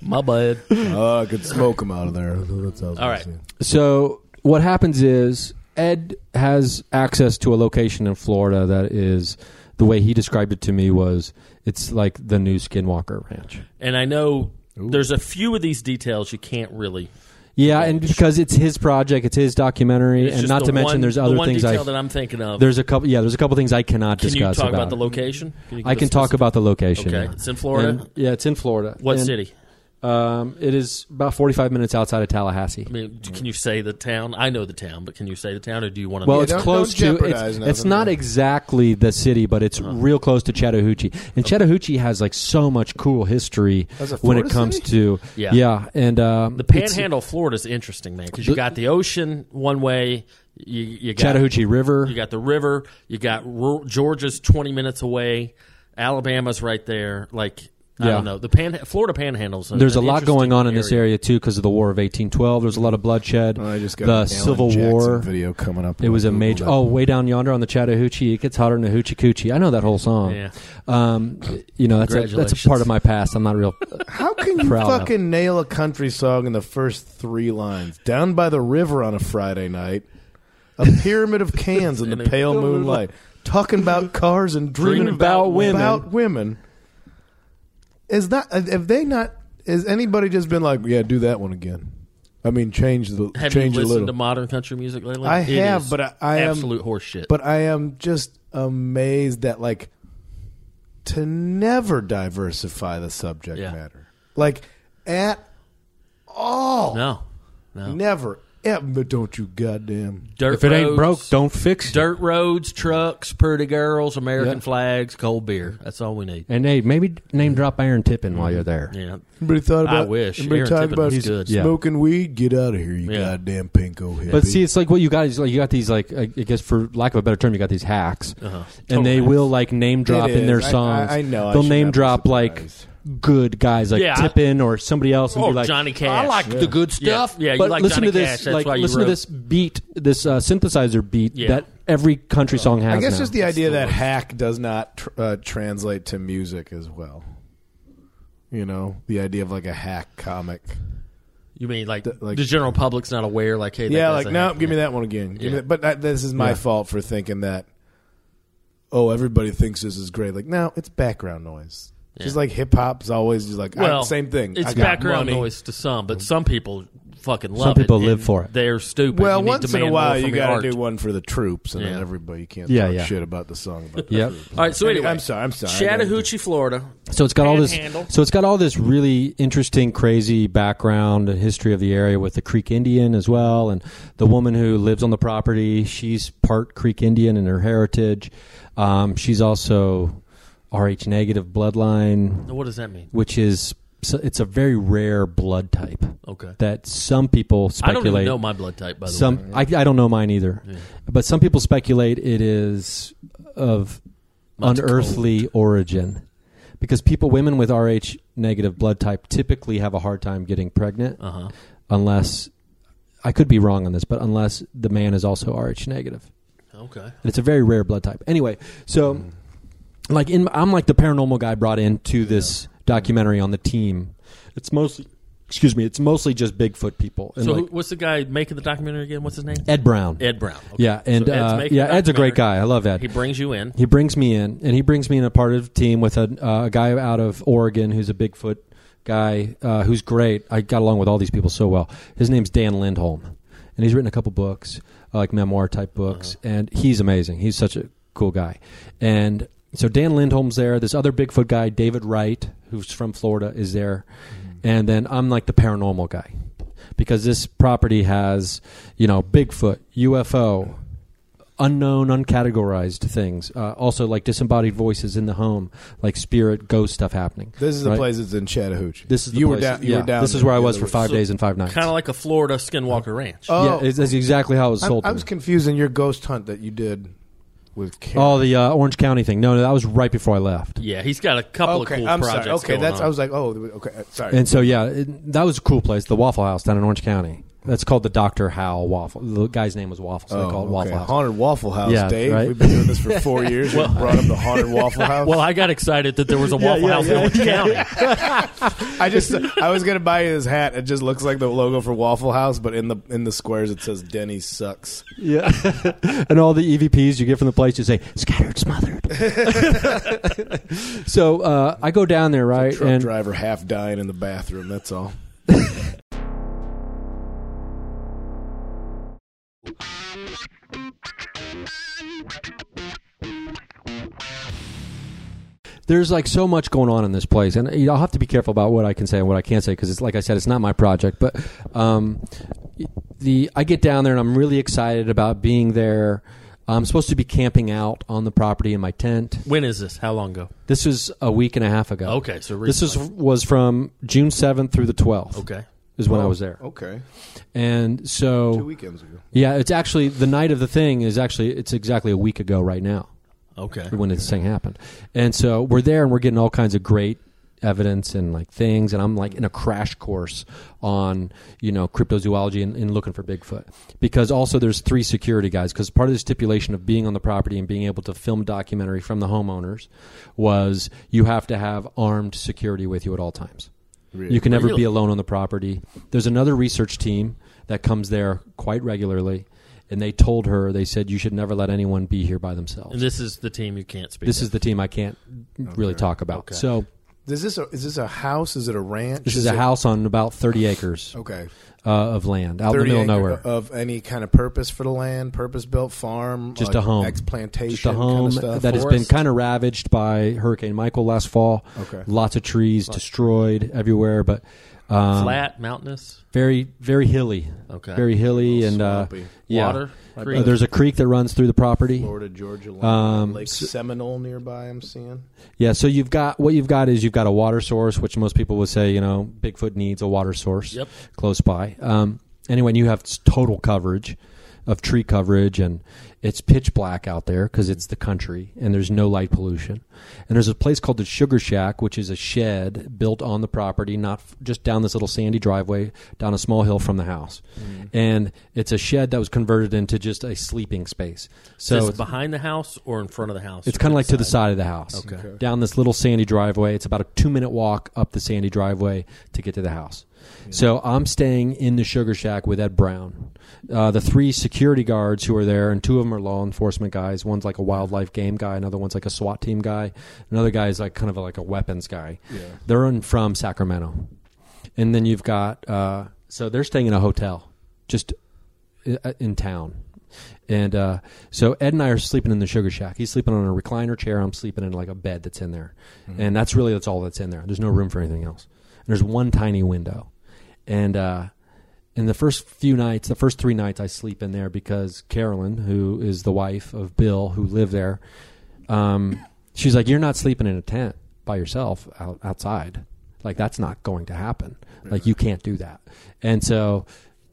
D: My bad.
E: Oh, I could smoke him out of there. That's how I was
D: All right.
E: gonna say.
C: So what happens is Ed has access to a location in Florida that is the way he described it to me was it's like the new Skinwalker Ranch.
D: And I know there's a few of these details you can't really.
C: Yeah, and because it's his project, it's his documentary,
D: It's
C: and
D: just
C: not
D: the
C: to mention
D: one-
C: there's
D: the
C: other
D: one
C: things
D: detail
C: I
D: that I'm thinking of.
C: there's a couple yeah there's a couple things I cannot
D: Can you
C: discuss
D: talk about,
C: it.
D: the location? Can you
C: I
D: give
C: can
D: us
C: talk
D: this-
C: about the location.
D: Okay,
C: yeah.
D: it's in Florida?
C: And- yeah, it's in Florida.
D: what
C: And,
D: city?
C: Um, it is about 45 minutes outside of Tallahassee.
D: I mean, d- can you say the town? I know the town, but can you say the town, or do you want to?
C: Well,
E: Yeah,
C: it's
E: don't-
C: close
E: don't
C: to. It's,
E: jeopardize
C: it's
E: nothing,
C: not
E: man.
C: exactly the city, but it's real close to Chattahoochee, and Chattahoochee has like so much cool history
E: That's a
C: when it
E: Florida
C: comes
E: city?
C: to
D: Yeah.
C: and um,
D: the
C: it's-
D: Panhandle, Florida, is interesting, man, because you
C: The-
D: got the ocean one way, you, you got
C: Chattahoochee River.
D: you got the river, you got rural, Georgia's twenty minutes away, Alabama's right there. Like I
C: Yeah.
D: don't know, the pan, Florida Panhandles.
C: There's a lot going on in this area too because of the War of 1812. There's a lot of bloodshed.
E: Oh, I just got
C: the
E: an Alan
C: Civil
E: Jackson
C: War.
E: video coming up.
C: It was a
E: Google
C: major.
E: that.
C: Oh, way down yonder on the Chattahoochee, it gets hotter than a hoochie coochie. I know that whole song.
D: Yeah.
C: Um, you know that's a, that's a part of my past. I'm not real.
E: How can you
C: Proud of.
E: fucking nail a country song in the first three lines? Down by the river on a Friday night, a pyramid of cans in the pale moonlight, talking about cars and dreaming,
D: Dreaming about women.
E: About women. Is that have they not? Has anybody just been like, yeah, do that one again? I mean, change the
D: Have
E: change
D: you
E: a
D: listened
E: little.
D: to modern country music lately?
E: I
D: It
E: have,
D: is
E: but I, I am
D: absolute horseshit.
E: But I am just amazed that like to never diversify the subject
D: Yeah.
E: matter, like at all,
D: no, no,
E: never. Yeah, but don't you goddamn
D: dirt.
C: if it ain't broke,
D: roads,
C: don't fix it.
D: Dirt roads, trucks, pretty girls, American
C: Yeah.
D: flags, cold beer. That's all we need.
C: And hey, maybe name drop Aaron Tippin while you're there.
D: Yeah.
E: Everybody thought
D: I
E: about.
D: wish.
E: Everybody
D: Aaron
E: talking
D: Tippin
E: about
D: was good.
C: Yeah.
E: smoking weed. Get out of here, you
D: Yeah.
E: goddamn pinko hippie.
C: But see, it's like what you got is like you got these like I I guess for lack of a better term, you got these hacks,
D: Total
C: and they
D: Uh-huh. hacks.
C: will like name drop
E: It
C: in their
E: is. I-
C: songs.
E: I- I know. I
C: they'll
E: should
C: name
E: not be
C: drop like
E: surprised.
C: good guys like
D: Yeah, I-
C: Tippin or somebody else, and
D: Oh,
C: be like
D: Johnny Cash.
C: I like
D: Yeah.
C: the good
D: Yeah.
C: stuff.
D: Yeah, you
C: but
D: like
C: listen
D: Johnny
C: to this,
D: Cash, that's
C: like
D: why you
C: listen
D: wrote-
C: to this beat, this uh, synthesizer beat
D: Yeah. Uh-huh.
C: that every country song has.
E: I guess
C: now.
E: just the idea that hack does not tr- uh, translate to music as well. You know, the idea of like a hack comic.
D: You mean like,
E: The- like-
D: the general public's not aware? Like, hey, that
E: yeah,
D: guy's
E: like
D: a
E: no,
D: hack.
E: give me that one again. Give me
D: Yeah.
E: that- But that, this is my fault for thinking that. Oh, everybody thinks this is great. Like, no, it's background noise. Just like hip hop's always just like I-
D: Well,
E: same thing. I
D: It's
E: got
D: background
E: money. Mm-hmm.
D: noise to some, but some people fucking love
C: Some people
D: it,
C: live
D: and
C: for it.
D: They're stupid.
E: Well,
D: You need
E: once
D: to
E: in a
D: demand
E: while
D: more
E: you
D: from your
E: got
D: art.
E: to do one for the troops, and
D: Yeah.
E: then everybody you can't
C: Yeah,
E: talk
C: yeah.
E: shit about the song. About the
C: Yep.
E: troops.
D: All right, so
E: Anyway,
D: anyway,
E: I'm sorry, I'm sorry.
D: Chattahoochee, Florida.
C: So it's got all this.
D: Panhandle.
C: So it's got all this really interesting, crazy background and history of the area with the Creek Indian as well, and the woman who lives on the property. She's part Creek Indian in her heritage. Um, she's also Rh negative bloodline,
D: What does that mean?
C: which is so it's a very rare blood type
D: Okay,
C: that some people
D: I
C: speculate.
D: don't even know my blood type by the way.
C: some I, I don't know mine either, but some people speculate it is of
D: Mine's
C: unearthly origin because people women with Rh negative blood type typically have a hard time getting pregnant
D: Uh-huh.
C: unless I could be wrong on this, but unless the man is also Rh negative.
D: Okay,
C: And it's a very rare blood type. Anyway, so
D: Mm.
C: like in I'm like the paranormal guy brought into this documentary on the team. It's mostly excuse me, it's mostly just Bigfoot people. And
D: so
C: like
D: who, what's the guy making the documentary again? What's his name?
C: Ed Brown.
D: Ed Brown. Okay.
C: Yeah, and
D: So Ed's
C: uh,
D: making
C: yeah, Ed's a great
D: documentary.
C: guy. I love Ed.
D: He
C: He,
D: brings you in.
C: brings me in, and he brings me in a part of the team with a, uh, a guy out of Oregon who's a Bigfoot guy uh, who's great. I got along with all these people so well. His name's Dan Lindholm, and he's written a couple books, uh, like memoir type books,
D: Uh-huh.
C: and he's amazing. He's such a cool guy. And so Dan Lindholm's there. This other Bigfoot guy, David Wright, who's from Florida, is there,
D: Mm-hmm.
C: and then I'm like the paranormal guy because this property has you know Bigfoot, UFO, unknown, uncategorized things. Uh, also, like disembodied voices in the home, like spirit, ghost stuff happening.
E: This is the
C: right?
E: place that's in Chattahoochee.
C: This is the
E: you
C: place.
E: were down. You
C: yeah.
E: were down.
C: This is
E: there
C: where I
E: the
C: was
E: other
C: for five
D: So
C: days and five nights.
D: Kind of like a Florida Skinwalker Ranch.
E: Oh,
C: yeah, it's, that's exactly how it was
E: I'm,
C: sold. to
E: I'm
C: me.
E: just confusing your ghost hunt that you did with. Karen.
C: Oh, the uh, Orange County thing. No, no, that was right before I left.
D: yeah, he's got a couple
E: okay.
D: of cool
E: I'm
D: projects.
E: sorry. Okay,
D: going
E: that's.
D: on.
E: I was like, oh, okay. uh, Sorry.
C: And so, yeah, it, that was a cool place, the Waffle House down in Orange County. That's called the Dr. Howell Waffle. The guy's name was Waffle, so
E: Oh,
C: they call it
E: okay.
C: Waffle House.
E: Haunted Waffle House,
C: Yeah,
E: Dave.
C: right?
E: We've been doing this for four years. We brought up the haunted Waffle House.
D: well, I got excited that there was a Waffle
E: yeah,
D: House
E: yeah,
D: in Orange County.
E: I just I was gonna buy you this hat. It just looks like the logo for Waffle House, but in the in the squares it says Denny sucks.
C: Yeah. and all the EVPs you get from the place, you say, scattered, smothered. so uh, I go down there, right?
E: Truck
C: and
E: driver half dying in the bathroom. That's all.
C: there's like so much going on in this place, and you know, I'll have to be careful about what I can say and what I can't say because it's like I said, it's not my project. But um, the I get down there and I'm really excited about being there. I'm supposed to be camping out on the property in my tent.
D: When is this? How long ago?
C: This was a week and a half ago.
D: Okay, so
C: this is
D: recently.
C: was from June 7th through the 12th.
D: Okay.
C: is when I was there,
E: Okay,
C: and so
E: two weekends ago.
C: yeah, it's actually the night of the thing is actually it's exactly a week ago right now
D: Okay.
C: when this thing happened. And so we're there and we're getting all kinds of great evidence and like things and I'm like in a crash course on you know cryptozoology and, and looking for Bigfoot because also there's three security guys because part of the stipulation of being on the property and being able to film documentary from the homeowners was you have to have armed security with you at all times
E: Really?
C: you can never
D: Really?
C: be alone on the property there's another research team that comes there quite regularly and they told her they said you should never let anyone be here by themselves
D: And this is the team you can't speak.
C: this
D: of.
C: is the team I can't really talk about.
D: Okay.
C: So
E: Is this a is this a house? Is it a ranch?
C: this is, a
E: it-
C: house on about 30 acres
E: Okay,
C: uh, of land out in the middle of
E: acre
C: nowhere.
E: of any kind of purpose for the land, purpose built farm,
C: just
E: like
C: a home,
E: ex plantation,
C: just a home
E: kind of stuff.
C: that has been
D: Forest.
C: kind of ravaged by Hurricane Michael last fall.
E: Okay.
C: lots of trees destroyed everywhere, but um,
D: flat, mountainous.
C: very very hilly.
D: Okay.
C: very hilly and uh,
E: swampy.
C: yeah.
D: Water,
C: Uh,
D: creek.
C: there's a creek that runs through the property.
E: Florida, Georgia, line,
C: Um,
E: Lake
C: so-
E: Seminole nearby. I'm seeing.
C: Yeah, so you've got what you've got is you've got a water source, which most people would say, you know, Bigfoot needs a water source
D: Yep.
C: close by. Um, anyway, and you have s- total coverage of tree coverage, and it's pitch black out there because it's the country, and there's no light pollution. And there's a place called the Sugar Shack, which is a shed built on the property, not f- just down this little sandy driveway, down a small hill from the house.
D: Mm.
C: And it's a shed that was converted into just a sleeping space. So
D: So
C: it's-
D: it's behind the house or in front of the house?
C: it's kind of like to the side of the house.
D: Okay. Okay.
C: Down this little sandy driveway. It's about a two minute walk up the sandy driveway to get to the house. So I'm staying in the sugar shack with Ed Brown. Uh, the three security guards who are there, and two of them are law enforcement guys. One's like a wildlife game guy, another one's like a SWAT team guy, another guy is like kind of like a weapons guy. They're in from Sacramento. And then you've got, uh, so they're staying in a hotel just i- in town. And uh, so Ed and I are sleeping in the sugar shack. He's sleeping on a recliner chair. I'm sleeping in like a bed that's in there, and that's really that's all that's in there. There's no room for anything else. And there's one tiny window, and uh, in the first few nights, the first three nights, I sleep in there because Carolyn, who is the wife of Bill, who lived there, um, she's like, "You're not sleeping in a tent by yourself out, outside. Like that's not going to happen. Like you can't do that." And so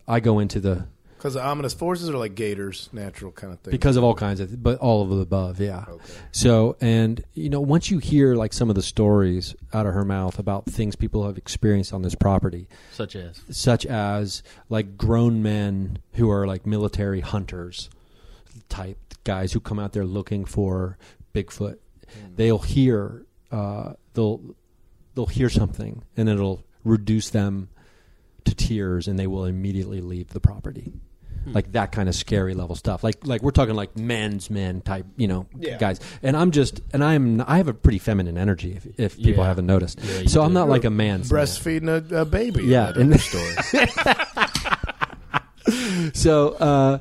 C: I go into the
E: Because the ominous forces are like gators, natural kind of thing.
C: because of all kinds of but all of the above yeah
E: Oh.
C: so and you know once you hear like some of the stories out of her mouth about things people have experienced on this property
D: Such as.
C: such as like grown men who are like military hunters type guys who come out there looking for Bigfoot.
D: Hmm.
C: They'll hear uh, they'll they'll hear something and it'll reduce them to tears and they will immediately leave the property.
D: Hmm.
C: Like that kind of scary level stuff. Like like we're talking like men's men type, you know,
E: Yeah.
C: guys. And I'm just and I'm I have a pretty feminine energy if, if people
D: Yeah.
C: haven't noticed.
D: Yeah, you
C: so I'm
D: do.
C: not like a man's man.
E: breastfeeding a, a baby. in
C: Yeah,
E: that
C: in
E: other
C: the-
E: story.
C: so uh,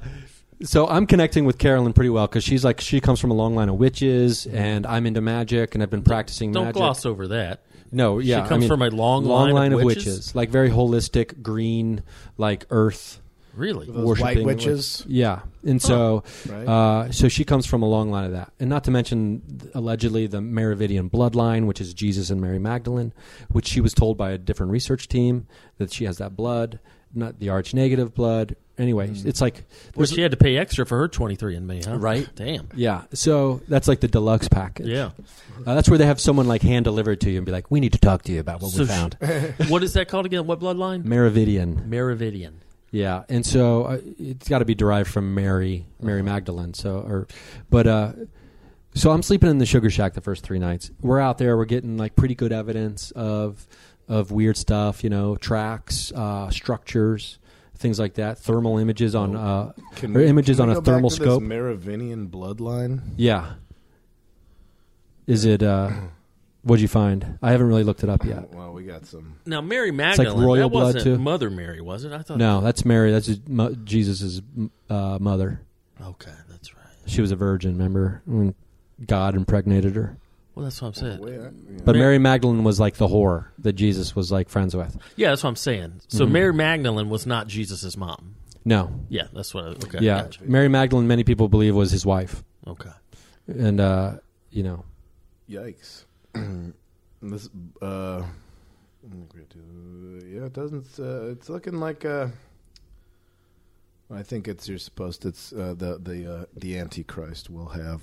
C: so I'm connecting with Carolyn pretty well because she's like she comes from a long line of witches, and I'm into magic, and I've been practicing
D: Don't
C: magic.
D: gloss over that.
C: No, yeah, I
D: comes
C: mean,
D: from a long line of witches?
C: like very holistic, green, like earth
D: Really?
E: Those white
C: worshiping, like-
E: witches?
C: yeah, and so
E: Right.
C: uh, so she comes from a long line of that, and not to mention th- allegedly the Merovidian bloodline, which is Jesus and Mary Magdalene, which she was told by a different research team that she has that blood, not the arch negative blood. Anyway, it's like
D: Well,
C: there's
D: Mm. she had to pay extra for her 23 and me, huh?
C: Right.
D: Damn.
C: yeah, so that's like the deluxe package.
D: Yeah.
C: uh, that's where they have someone like hand delivered to you and be like, "We need to talk to you about what
D: So
C: we
D: she-
C: found."
D: what is that called again? What bloodline?
C: Merovidian.
D: Merovidian.
C: Yeah, and so uh, it's got to be derived from Mary, Mary Magdalene. So, or, but uh, so I'm sleeping in the sugar shack the first three nights. We're out there. We're getting like pretty good evidence of of weird stuff. You know, tracks, uh, structures, things like that. Thermal images on uh, or images on a thermal scope.
E: Merovingian bloodline.
C: yeah. Is it? Uh, what'd you find? I haven't really looked it up yet.
E: Well, we got some.
D: Now, Mary Magdalene.
C: royal
D: that
C: blood,
D: wasn't
C: too?
D: Mother Mary, was it? I thought.
C: No, that's Mary. That's mo- Jesus's uh, mother.
D: Okay, that's right.
C: She was a virgin, remember? When God impregnated her.
D: Well, that's what I'm saying.
C: But Mary Magdalene was like the whore that Jesus was like friends with.
D: Yeah, that's what I'm saying. So
C: Mm-hmm.
D: Mary Magdalene was not Jesus' mom.
C: No.
D: Yeah, that's what. I, okay.
C: Yeah.
D: gotcha.
C: Mary Magdalene, many people believe, was his wife.
D: Okay.
C: And, uh, you know,
E: Yikes. this, uh, yeah, it doesn't. Uh, it's looking like. Uh, I think it's you're supposed. It's uh, the the uh, the Antichrist will have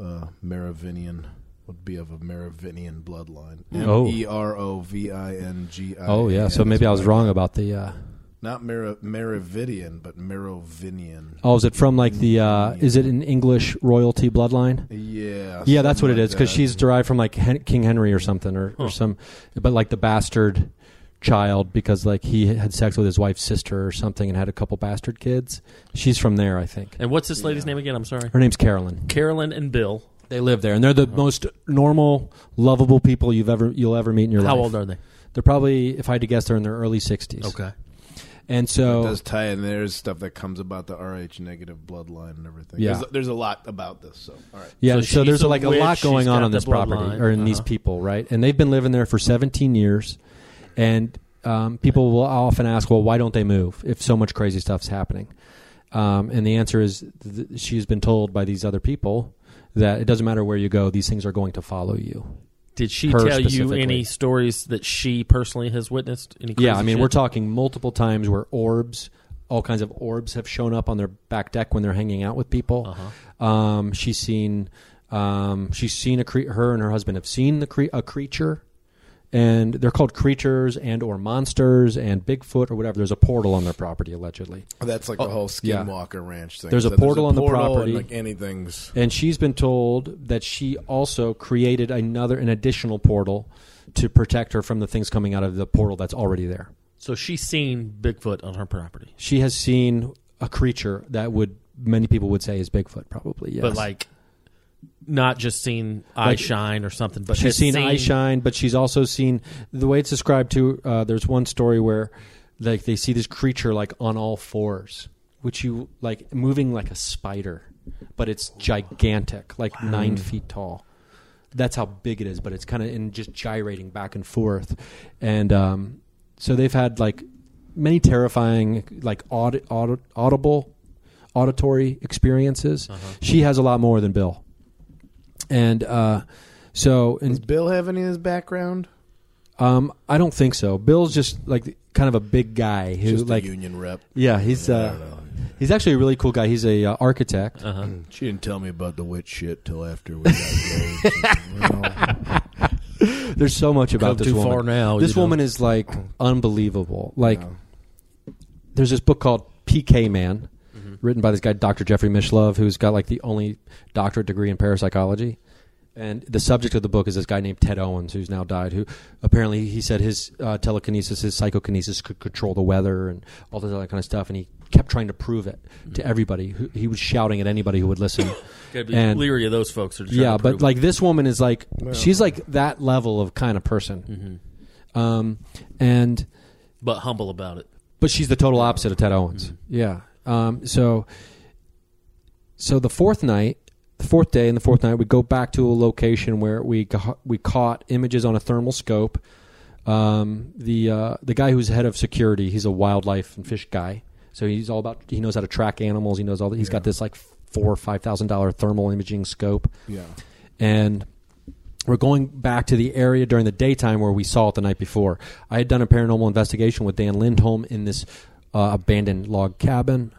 E: uh, Merovingian would be of a Merovingian bloodline.
C: Oh.
E: M E R O V I N G I.
C: oh, yeah. So
E: N
C: maybe I
E: is
C: was
E: what
C: wrong about the, uh,
E: Not Mer- Merovidian, but Merovingian.
C: oh, is it from like the, uh, is it an English royalty bloodline?
E: Yeah.
C: Yeah, that's what it
E: something
C: is
E: like
C: because
E: that.
C: she's derived from like Hen- King Henry or something or, or some, but like the bastard child because like he had sex with his wife's sister or something and had a couple bastard kids. She's from there, I think.
D: And what's this lady's name again? I'm sorry.
C: Her name's Carolyn.
D: Carolyn and Bill.
C: They live there, and they're the most normal, lovable people you've ever you'll ever meet in your
D: How
C: life.
D: old are they?
C: They're probably, if I had to guess, they're in their early sixties. and
E: It
C: so
E: does tie in. There's stuff that comes about the Rh negative bloodline and everything.
C: Yeah.
E: There's, there's a lot about this. So, all right.
C: yeah,
D: So
C: so,
D: she's
C: there's
D: a
C: like a
D: witch,
C: lot
D: she's
C: going on
D: got
C: on
D: the
C: this property
D: bloodline,
C: or in these
D: uh-huh.
C: people, right? And they've been living there for 17 years, and um, people will often ask, "Well, why don't they move if so much crazy stuff's happening?" Um, and the answer is, th- she's been told by these other people that it doesn't matter where you go; these things are going to follow you.
D: Did she
C: Her
D: tell you
C: specifically.
D: any stories that she personally has witnessed? Any
C: Yeah,
D: crazy
C: I mean,
D: shit?
C: we're talking multiple times where orbs, all kinds of orbs, have shown up on their back deck when they're hanging out with people.
D: Uh-huh.
C: Um, she's seen, um, she's seen a cre- her and her husband have seen the cre- a creature, and they're called creatures and or monsters and Bigfoot or whatever. There's a portal on their property allegedly,
E: That's like the whole
C: Oh, yeah.
E: Skinwalker Ranch thing.
C: There's a portal on the
E: portal
C: property.
E: And like anything's.
C: and she's been told that she also created another, an additional portal to protect her from the things coming out of the portal that's already there.
D: So she's seen Bigfoot on her property,
C: she has seen a creature that would many people would say is Bigfoot, probably. Yes,
D: but like not just seen eye
C: Like-
D: shine or something, but
C: she's
D: has
C: seen, eye shine, but she's also seen the way it's described too. Uh, there's one story where like they see this creature like on all fours, which you like moving like a spider, but it's gigantic, like nine feet tall. That's how big it is, but it's kind of in just gyrating back and forth, and um, so they've had like many terrifying like aud- aud- audible auditory experiences. She has a lot more than Bill, and uh, so and
E: Does Bill have any of his background?
C: um, I don't think so. Bill's just like kind of a big guy who
E: Just
C: like
E: a union rep.
C: yeah, he's uh, he's actually a really cool guy. He's a uh, architect.
E: She didn't tell me about the witch shit till after we got engaged.
C: There's so much about
D: Come
C: this
D: too
C: woman.
D: far now,
C: this
D: Oh, you know.
C: woman is like unbelievable. Like there's this book called PK Man,
D: Mm-hmm.
C: written by this guy Dr. Jeffrey Mishlove, who's got like the only doctorate degree in parapsychology. And the subject of the book is this guy named Ted Owens, who's now died, who apparently he said his uh, telekinesis, his psychokinesis could control the weather and all this other kind of stuff. And he kept trying to prove it
D: Mm-hmm.
C: to everybody. Who- He was shouting at anybody who would listen.
D: Gotta be
C: And-
D: leery of those folks. Who are trying
C: yeah,
D: to
C: but
D: prove-
C: like this woman is like she's like that level of kind of person,
D: Mm-hmm.
C: um, and
D: but humble about it.
C: but she's the total opposite of Ted Owens. Yeah, Um, so, so the fourth night, the fourth day, and the fourth night, we go back to a location where we ca- we caught images on a thermal scope. Um, the uh, the guy who's head of security, he's a wildlife and fish guy, so he's all about he knows how to track animals. He knows all that. He's got this like four or five thousand dollar thermal imaging scope
E: Yeah.
C: and we're going back to the area during the daytime where we saw it the night before. I had done a paranormal investigation with Dan Lindholm in this uh, abandoned log cabin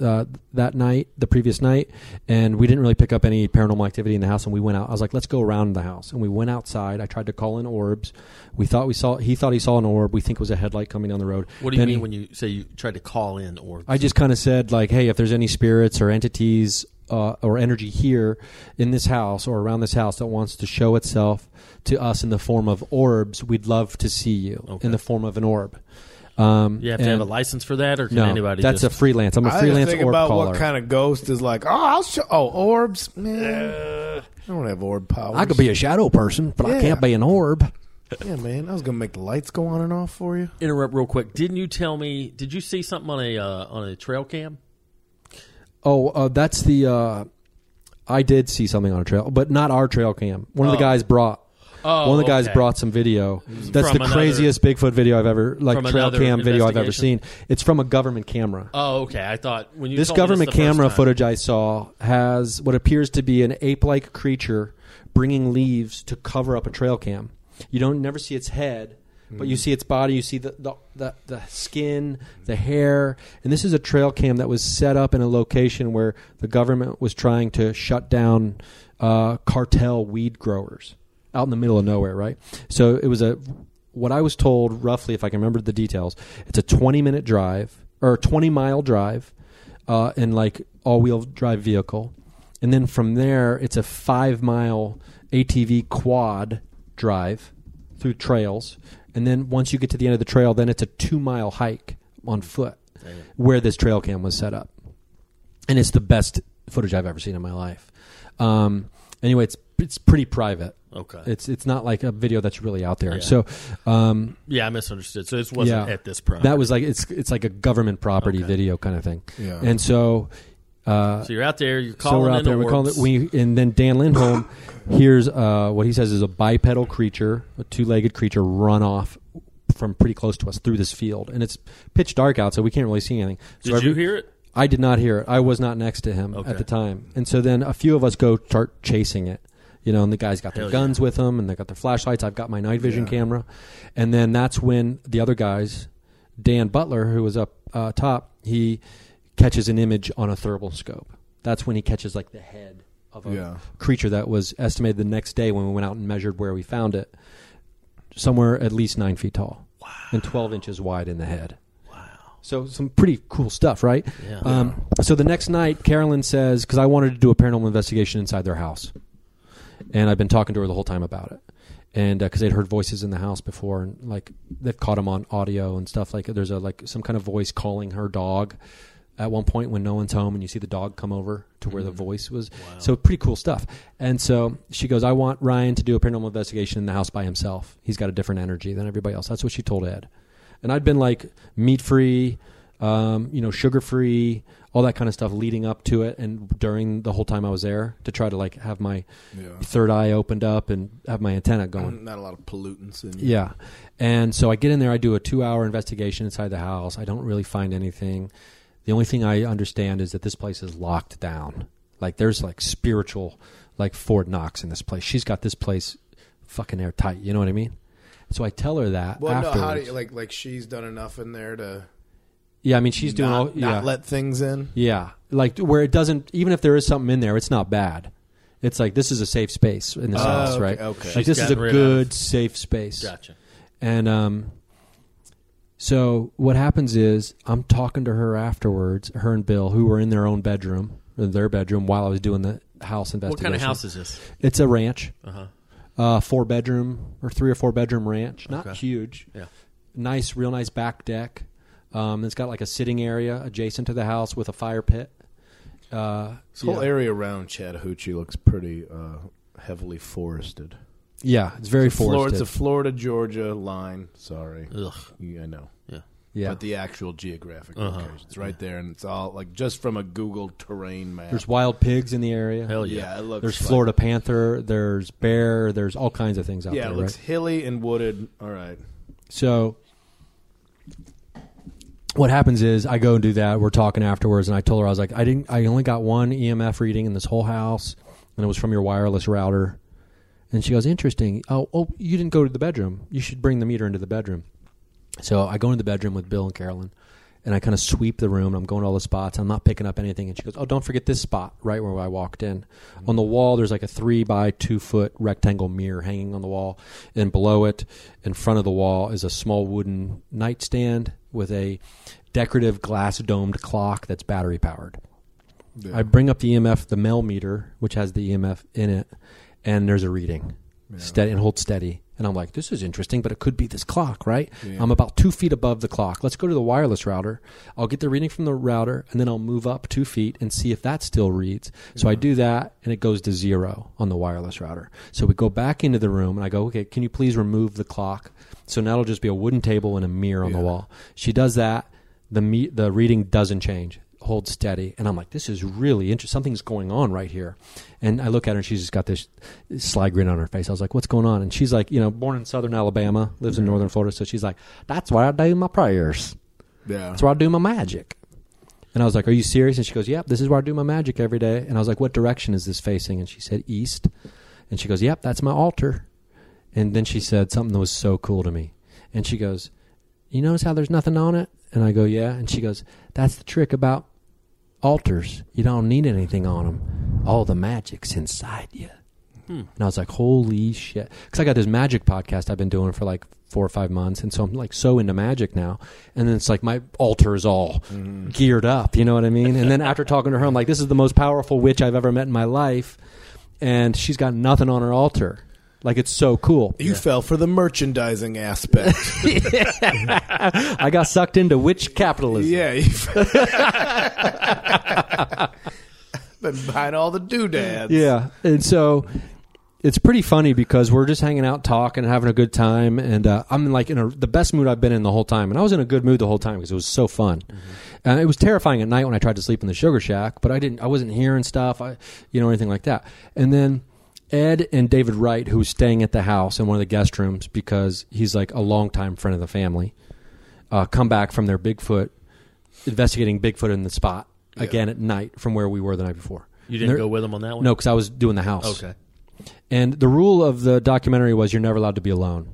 C: uh, that night, the previous night, and we didn't really pick up any paranormal activity in the house. And we went out. I was like, "Let's go around the house," and we went outside. I tried to call in orbs. We thought we saw. He thought he saw an orb. We think it was a headlight coming down the road.
D: What do you
C: Then
D: mean
C: he-
D: when you say you tried to call in or
C: I just kind of said like, hey, if there's any spirits or entities uh, or energy here in this house or around this house that wants to show itself to us in the form of orbs, we'd love to see you
D: Okay.
C: in the form of an orb. Um,
D: you have to
C: and-
D: have a license for that, or can
C: No,
D: anybody?
C: that's
D: just,
C: a freelance. I'm a
E: I
C: freelance
E: just think
C: orb
E: about
C: caller.
E: what kind of ghost is like. Oh, I'll show. Oh, orbs. Man, I don't have orb powers.
C: I could be a shadow person, but I
E: Yeah.
C: can't be an orb.
E: Yeah, man. I was gonna make the lights go on and off for you.
D: interrupt real quick. Didn't you tell me? Did you see something on a uh, on a trail cam?
C: Oh, uh, that's the. Uh, I did see something on a trail, but not our trail cam. One of the guys brought.
D: Oh,
C: One of the guys
D: okay.
C: brought some video. That's
D: From
C: the
D: another-
C: craziest Bigfoot video I've ever, like
D: From
C: trail
D: another
C: cam video I've ever seen.
D: investigation?
C: It's from a government camera.
D: Oh, okay. I thought when you
C: this
D: told me
C: government
D: the first
C: camera
D: time-
C: footage I saw has what appears to be an ape-like creature bringing leaves to cover up a trail cam. You don't never see its head, but
D: Hmm.
C: you see its body. You see the the, the the skin, the hair, and this is a trail cam that was set up in a location where the government was trying to shut down uh, cartel weed growers out in the middle of nowhere, right? So it was a what I was told roughly, if I can remember the details, it's a 20 minute drive or 20 mile drive uh, in like all wheel drive vehicle, and then from there it's a five mile ATV quad drive through trails, and then once you get to the end of the trail, then it's a two mile hike on foot where this trail cam was set up and it's the best footage I've ever seen in my life. Um, anyway, it's it's pretty private.
D: Okay.
C: It's it's not like a video that's really out there.
D: Yeah.
C: So, um,
D: yeah, I misunderstood. So this wasn't
C: yeah,
D: at this property.
C: that was like it's it's like a government property
D: Okay.
C: video kind of thing.
E: Yeah.
C: And so, uh,
D: so you're out there. You're
C: so
D: calling
C: we're out
D: in
C: there. We're
D: orbs.
C: calling it. We and then Dan Lindholm hears uh, what he says is a bipedal creature, a two-legged creature, run off from pretty close to us through this field, and it's pitch dark out, so we can't really see anything. So
D: Did
C: every-
D: you hear it?
C: I did not hear it. I was not next to him
D: Okay.
C: at the time. And so then a few of us go start chasing it. You know, and the guys got their
D: Hell
C: guns with them and they got their flashlights. I've got my night vision camera. And then that's when the other guys, Dan Butler, who was up uh, top, he catches an image on a thermal scope. That's when he catches like the head of a
E: Yeah.
C: creature that was estimated the next day when we went out and measured where we found it. Somewhere at least nine feet tall and 12 inches wide in the head. So some pretty cool stuff, right?
D: Yeah.
C: Um, so the next night, Carolyn says, because I wanted to do a paranormal investigation inside their house, and I've been talking to her the whole time about it, and because they'd heard voices in the house before, and like they've caught them on audio and stuff. Like there's a like some kind of voice calling her dog at one point when no one's home, and you see the dog come over to where the voice was. So pretty cool stuff. And so she goes, I want Ryan to do a paranormal investigation in the house by himself. He's got a different energy than everybody else. That's what she told Ed and I'd been like meat free, um, you know, sugar free, all that kind of stuff leading up to it, and during the whole time I was there to try to like have my
E: Yeah.
C: third eye opened up and have my antenna going.
E: Not a lot of pollutants in.
C: Yeah. And so I get in there, I do a two hour investigation inside the house. I don't really find anything. The only thing I understand is that this place is locked down. Like there's like spiritual, like Fort Knox in this place. She's got this place fucking airtight. You know what I mean? So I tell her that.
E: Well,
C: afterwards.
E: no. How do you like? Like she's done enough in there to
C: yeah, I mean she's doing
E: not,
C: all.
E: not
C: yeah.
E: let things in.
C: Yeah, like where it doesn't. Even if there is something in there, it's not bad. It's like this is a safe space in this
E: Oh,
C: house,
E: okay,
C: right?
E: okay.
C: Like
D: She's
C: this is a
D: gotten rid of-
C: good safe space.
D: Gotcha.
C: And um, so what happens is I'm talking to her afterwards, her and Bill, who were in their own bedroom, in their bedroom, while I was doing the house investigation.
D: What kind of house is this?
C: It's a ranch,
D: Uh huh.
C: uh, four bedroom or three or four bedroom ranch, not
D: Okay.
C: huge
D: Yeah.
C: nice, real nice back deck. Um, it's got like a sitting area adjacent to the house with a fire pit. Uh,
E: This whole
C: yeah.
E: area around Chattahoochee looks pretty uh, heavily forested.
C: yeah, it's very
E: Florida,
C: forested.
E: it's a Florida Georgia line. Sorry.
D: Ugh.
E: Yeah, I know.
D: Yeah.
C: Yeah.
E: but the actual geographic locations right there, and it's all like just from a Google terrain map.
C: There's wild pigs in the area.
D: Hell yeah.
E: yeah, it looks
C: There's
E: like-
C: Florida panther. There's bear. There's all kinds of things out
E: Yeah,
C: there.
E: it looks
C: right?
E: hilly and wooded. All right,
C: So what happens is I go and do that. We're talking afterwards, and I told her I was like, I didn't. I only got one EMF reading in this whole house, and it was from your wireless router. And she goes, interesting. Oh, oh, you didn't go to the bedroom. You should bring the meter into the bedroom. So I go into the bedroom with Bill and Carolyn, and I kind of sweep the room. And I'm going to all the spots. I'm not picking up anything. And she goes, "Oh, don't forget this spot right where I walked in. On the wall, there's like a three by two foot rectangle mirror hanging on the wall, and below it, in front of the wall, is a small wooden nightstand with a decorative glass domed clock that's battery powered." I bring up the EMF, the mail meter, which has the EMF in it, and there's a reading, steady and hold steady. And I'm like, this is interesting, but it could be this clock, right? I'm about two feet above the clock. Let's go to the wireless router. I'll get the reading from the router, and then I'll move up two feet and see if that still reads. So I do that, and it goes to zero on the wireless router. So we go back into the room, and I go, okay, can you please remove the clock? So now it'll just be a wooden table and a mirror on the wall. She does that. The me- the reading doesn't change hold steady and i'm like this is really interesting something's going on right here and i look at her and she's just got this sly grin on her face i was like what's going on and she's like you know born in southern alabama lives in northern florida so she's like that's where i do my prayers
E: yeah,
C: that's where i do my magic and i was like are you serious and she goes yep this is where i do my magic every day and i was like what direction is this facing and she said east and she goes yep that's my altar and then she said something that was so cool to me and she goes you notice how there's nothing on it? And I go, yeah. And she goes, that's the trick about altars. You don't need anything on them. All the magic's inside you. And I was like, holy shit. Because I got this magic podcast I've been doing for like four or five months. And so I'm like so into magic now. And then it's like my altar is all geared up. You know what I mean? And then after talking to her, I'm like, this is the most powerful witch I've ever met in my life. And she's got nothing on her altar. Like it's so cool.
E: you fell for the merchandising aspect.
C: I got sucked into witch capitalism.
E: yeah, you fell- been buying all the doodads.
C: Yeah. And so it's pretty funny because we're just hanging out, talking, having a good time. And uh, I'm like in a, the best mood I've been in the whole time. And I was in a good mood the whole time because it was so fun.
D: Mm-hmm.
C: And it was terrifying at night when I tried to sleep in the sugar shack, but I didn't, I wasn't hearing stuff, I, you know, anything like that. And then Ed and David Wright, who was staying at the house in one of the guest rooms because he's like a longtime friend of the family, uh, come back from their Bigfoot, investigating Bigfoot in the spot again at night from where we were the night before. And
D: You didn't
C: they're-
D: go with him on that one?
C: no, because I was doing the house.
D: Okay.
C: And the rule of the documentary was you're never allowed to be alone.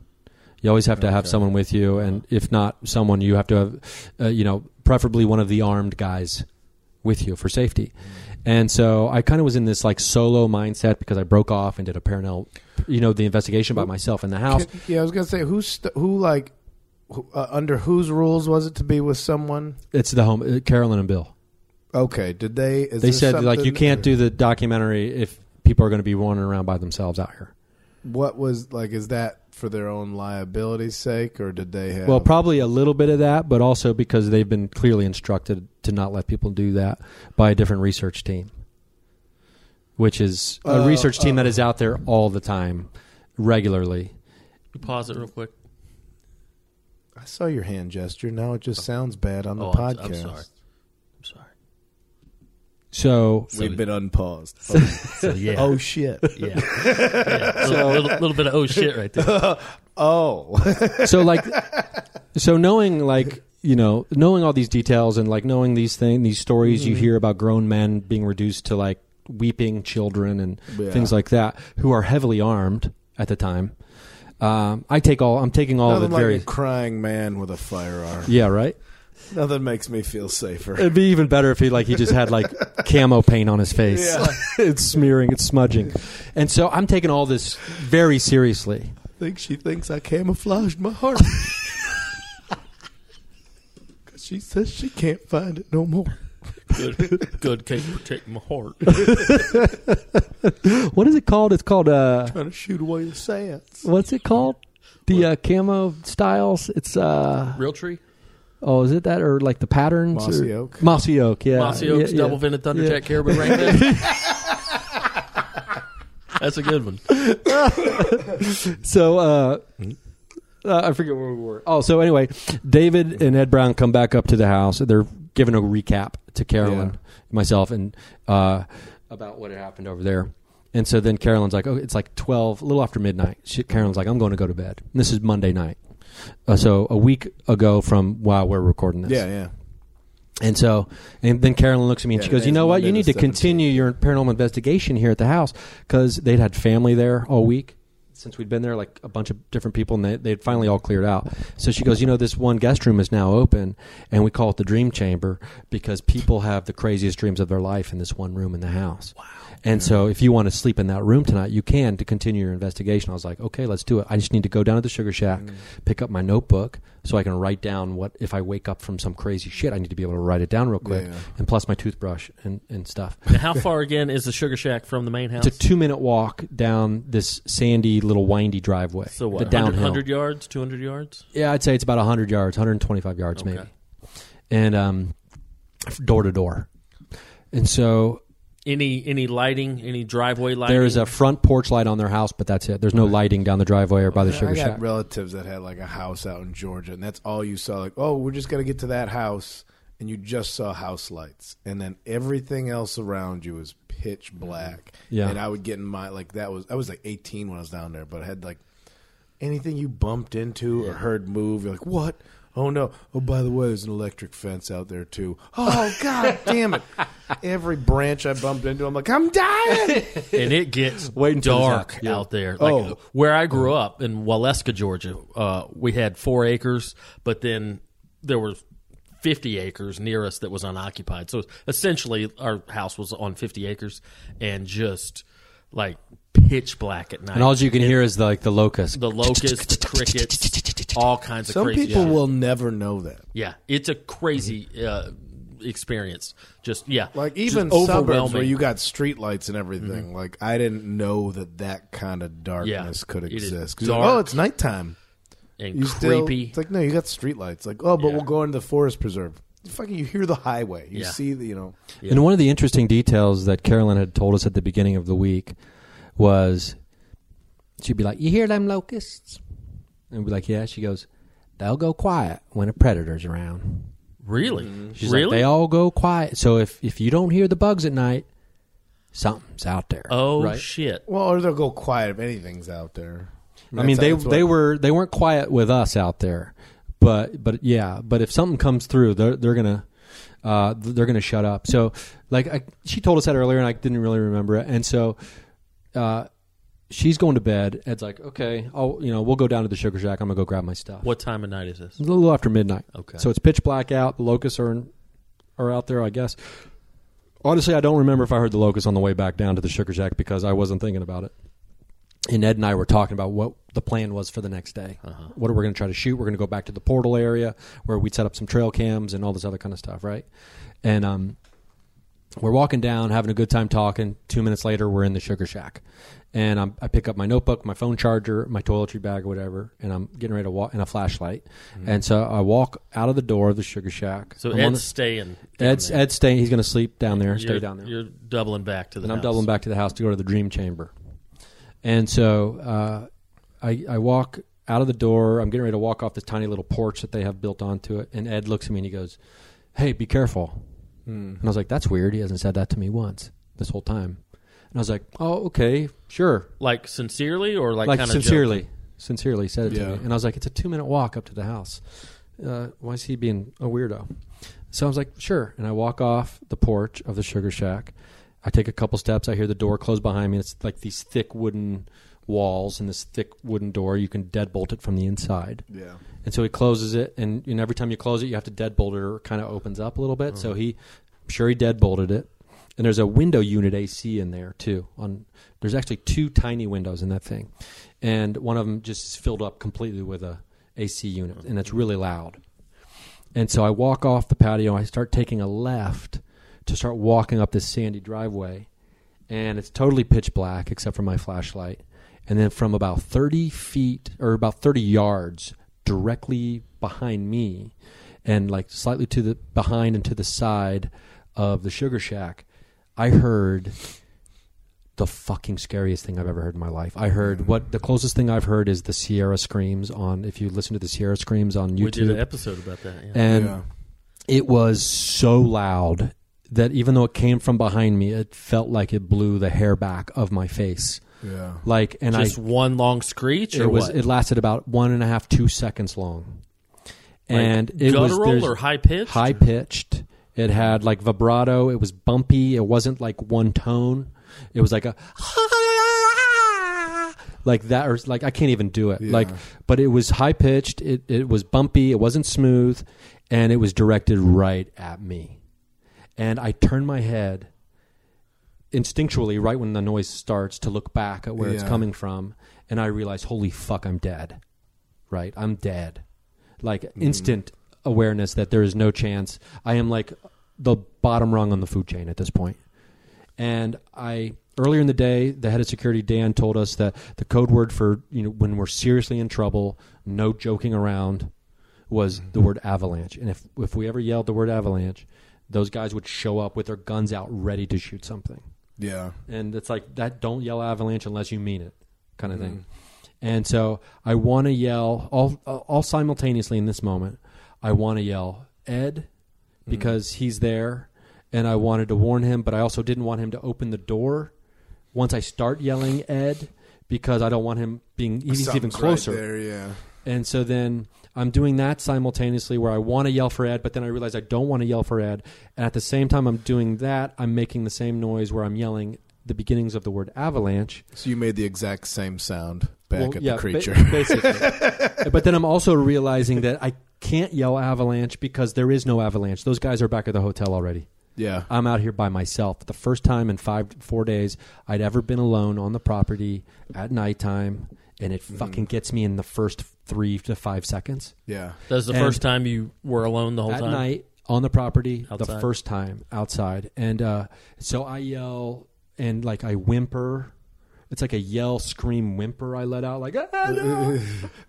C: You always have to have someone with you, and if not someone, you have to have, uh, you know, preferably one of the armed guys with you for safety.
E: Mm.
C: And so I kind of was in this like solo mindset because I broke off and did a paranormal, you know, the investigation by myself in the house.
E: yeah. I was gonna say who st- who like who, uh, under whose rules was it to be with someone?
C: It's the home, uh, Carolyn and Bill.
E: Okay, did they? Is
C: They
E: there
C: said like you
E: something-
C: can't do the documentary if people are going to be wandering around by themselves out here.
E: What was like? Is that for their own liability's sake, or did they have?
C: Well, probably a little bit of that, but also because they've been clearly instructed to not let people do that by a different research team, which is a
E: Oh,
C: research team that is out there all the time, regularly.
D: You pause it real quick.
E: I saw your hand gesture. Now it just sounds bad on the
D: Oh, I'm,
E: podcast.
D: I'm sorry. I'm sorry.
C: So,
E: We've been unpaused.
D: So, yeah.
E: Oh shit!
D: yeah. yeah. Little, little, little bit of oh shit right there.
E: Oh,
C: so like, so knowing like you know knowing all these details and like knowing these things, these stories you hear about grown men being reduced to like weeping children and
E: Yeah.
C: things like that, who are heavily armed at the time. Um, I take all. I'm taking all
E: nothing
C: of it
E: like
C: very.
E: a crying man with a firearm.
C: yeah, right.
E: Nothing makes me feel safer.
C: It'd be even better if he like he just had like camo paint on his face.
E: Yeah.
C: it's smearing, it's smudging. And so I'm taking all this very seriously.
E: I think she thinks I camouflaged my heart. 'Cause she says she can't find it no more.
D: Good, good can't protect my heart.
C: What is it called? It's called uh
E: Trying to shoot away the sads.
C: what's it called? The uh, camo styles. It's uh
D: Real tree?
C: oh, is it that or like the patterns?
E: Mossy
C: or,
E: oak.
C: Mossy oak. Yeah.
D: Mossy Oaks,
C: yeah, yeah.
D: double vented
C: Yeah.
D: Thunderjack Caribou Rainbow. That's a good one.
C: So uh Uh, I forget where we were. Oh, so anyway, David and Ed Brown come back up to the house. They're giving a recap to Carolyn, myself, and uh, about what had happened over there. And so then Carolyn's like, "Oh, it's like twelve, a little after midnight." She, Carolyn's like, "I'm going to go to bed." And this is Monday night, uh, so a week ago from while we're recording this.
E: Yeah, yeah.
C: And so, and then Carolyn looks at me and
E: Yeah,
C: she goes, "You
E: today's
C: know what? You
E: Monday
C: need
E: the
C: to continue your paranormal investigation here at the house because they'd had family there all week since we'd been there, like a bunch of different people, and they, they'd finally all cleared out." So she goes, "You know, this one guest room is now open, and we call it the dream chamber because people have the craziest dreams of their life in this one room in the house." Wow. And so, if you want to sleep in that room tonight, you can to continue your investigation. I was like, okay, let's do it. I just need to go down to the sugar shack, pick up my notebook so I can write down what, if I wake up from some crazy shit, I need to be able to write it down real quick.
E: Yeah.
C: And plus my toothbrush and, and stuff.
D: Now, how far again is the Sugar Shack from the main house?
C: It's a two minute walk down this sandy little windy driveway.
D: so
C: The
D: what?
C: downhill.
D: 100 yards, 200 yards?
C: Yeah, I'd say it's about 100 yards, 125 yards
D: Okay.
C: maybe. And um, door to door. And so
D: Any any lighting? Any driveway lighting?
C: there is a front porch light on their house, but that's it. There's no lighting down the driveway or by the
E: I
C: sugar
E: got
C: shack.
E: relatives that had like a house out in Georgia, and that's all you saw. Like, oh, we're just gonna get to that house, and you just saw house lights, and then everything else around you was pitch black.
C: Yeah.
E: and I would get in my like that was I was like 18 when I was down there, but I had like anything you bumped into or heard move, you're like, what? Oh no! Oh, by the way, there's an electric fence out there too. Oh god, damn it! Every branch I bumped into, I'm like, I'm dying.
D: and it gets
C: Waiting for the
D: dark
C: Zach, yeah.
D: out there. Like
E: Oh.
D: where I grew up in Waleska, Georgia, uh, we had four acres, but then there were fifty acres near us that was unoccupied. So essentially, our house was on fifty acres and just like pitch black at night.
C: And all you can hear is the, like the locust.
D: the locusts, the crickets, all kinds of
E: Some
D: crazy
E: people
D: shit.
E: will never know that.
D: Yeah, it's a crazy uh, experience. Just yeah,
E: Like
D: just
E: even suburbs where
D: overwhelming. Mm-hmm.
E: you got streetlights and everything. Like I didn't know that that kind of darkness could
D: It is
E: exist. 'Cause you're like,
D: dark.
E: oh, it's nighttime.
D: and
E: You still-
D: creepy.
E: it's like no, you got streetlights. Like oh, but
D: Yeah.
E: we'll go into the forest preserve. Fucking, you hear the highway. You
D: Yeah.
E: see the you know.
C: And one of the interesting details that Carolyn had told us at the beginning of the week was she'd be like, You hear them locusts? And we'd be like, Yeah. She goes, They'll go quiet when a predator's around.
D: really,
C: She's
D: really.
C: like, They all go quiet. So if, if you don't hear the bugs at night, something's out there.
D: Oh
C: right?
D: shit!
E: Well, or they'll go quiet if anything's out there.
C: I mean,
E: that's-
C: they
E: that's what-
C: they were they weren't quiet with us out there, but but yeah, but if something comes through, they're they're gonna uh, they're gonna shut up. So like I, she told us that earlier, and I didn't really remember it. And so uh, she's going to bed. Ed's like, okay, I'll you know we'll go down to the sugar shack. I'm gonna go grab my stuff.
D: What time of night is this?
C: It's a little after midnight.
D: Okay.
C: So it's pitch black out. The locusts are in, are out there, I guess. Honestly, I don't remember if I heard the locusts on the way back down to the sugar shack because I wasn't thinking about it. And Ed and I were talking about what the plan was for the next day.
D: Uh-huh.
C: What are we going to try to shoot? We're going to go back to the portal area where we'd set up some trail cams and all this other kind of stuff, right? And um, we're walking down, having a good time talking. Two minutes later, we're in the sugar shack, and I'm, I pick up my notebook, my phone charger, my toiletry bag, or whatever, and I'm getting ready to walk and a flashlight. And so I walk out of the door of the sugar shack.
D: Mm-hmm. So
C: I'm on
D: Ed's staying.
C: the, Ed's, Ed's staying. He's going to sleep down there.
D: you're,
C: Stay down there.
D: You're doubling back to the.
C: And I'm
D: house.
C: doubling back to the house to go to the dream chamber. And so uh, I, I walk out of the door. I'm getting ready to walk off this tiny little porch that they have built onto it. And Ed looks at me and he goes, Hey, be careful.
D: Hmm.
C: And I was like, That's weird. He hasn't said that to me once this whole time. And I was like, Oh, okay, sure.
D: Like sincerely, or like,
C: Like,
D: kind
C: sincerely, sincerely said it
E: Yeah.
C: to me. And I was like, It's a two minute walk up to the house. Uh, why is he being a weirdo? So I was like, sure. And I walk off the porch of the sugar shack. I take a couple steps. I hear the door close behind me. It's like these thick wooden walls and this thick wooden door. You can deadbolt it from the inside.
E: Yeah.
C: And so he closes it. And, and every time you close it, you have to deadbolt it or it kind of opens up a little bit. So he, I'm sure he deadbolted it. And there's a window unit AC in there too. On there's actually two tiny windows in that thing, and one of them just is filled up completely with a AC unit, and it's really loud. And so I walk off the patio. I start taking a left to start walking up this sandy driveway. And it's totally pitch black except for my flashlight. And then from about 30 feet or about 30 yards directly behind me and like slightly to the behind and to the side of the sugar shack, I heard the fucking scariest thing I've ever heard in my life. I
D: Mm.
C: heard what the closest thing I've heard is the Sierra screams on. If you listen to the Sierra screams on YouTube,
D: We did an episode about that. Yeah.
C: and
E: Yeah.
C: it was so loud that even though it came from behind me, it felt like it blew the hair back of my face.
E: Yeah.
C: Like, and I
D: Just one long screech or
C: it was
D: what?
C: it lasted about one and a half two seconds long and it was
D: guttural
C: there's-
D: or high-pitched?
C: high pitched it had like vibrato it was bumpy it wasn't like one tone it was like a like that or like i can't even do it like but it was high pitched it, it was bumpy it wasn't smooth and it was directed right at me and i turned my head instinctually right when the noise starts to look back at where it's
E: Yeah.
C: coming from and i realize holy fuck i'm dead right i'm dead like instant awareness that there is no chance i am like the bottom rung on the food chain at this point and i earlier in the day the head of security dan told us that the code word for you know when we're seriously in trouble no joking around was the word avalanche and if if we ever yelled the word avalanche those guys would show up with their guns out ready to shoot something
E: Yeah.
C: and it's like that don't yell avalanche unless you mean it kind
E: Mm-hmm.
C: of thing and so i want to yell all all simultaneously in this moment i want to yell ed
E: Mm-hmm.
C: because he's there and i wanted to warn him but i also didn't want him to open the door once i start yelling ed because i don't want him being he's even
E: Something's right
C: closer
E: there, yeah.
C: and so then I'm doing that simultaneously where I want to yell for Ed, but then I realize I don't want to yell for Ed. And at the same time I'm doing that, I'm making the same noise where I'm yelling the beginnings of the word avalanche.
E: So you made the exact same sound back
C: Well,
E: at
C: yeah,
E: the
C: ba-
E: creature.
C: basically. but then I'm also realizing that I can't yell avalanche because there is no avalanche. Those guys are back at the hotel already.
E: yeah.
C: I'm out here by myself. The first time in five, four days I'd ever been alone on the property at nighttime, and
E: Mm-hmm.
C: it fucking gets me in the first three to five seconds.
E: yeah.
D: That was the
C: and-
D: first time you were alone the whole
C: at
D: time.
C: night on the property the
D: Outside.
C: first time outside and uh, so i yell and like i whimper it's like a yell scream whimper i let out like ah, no!"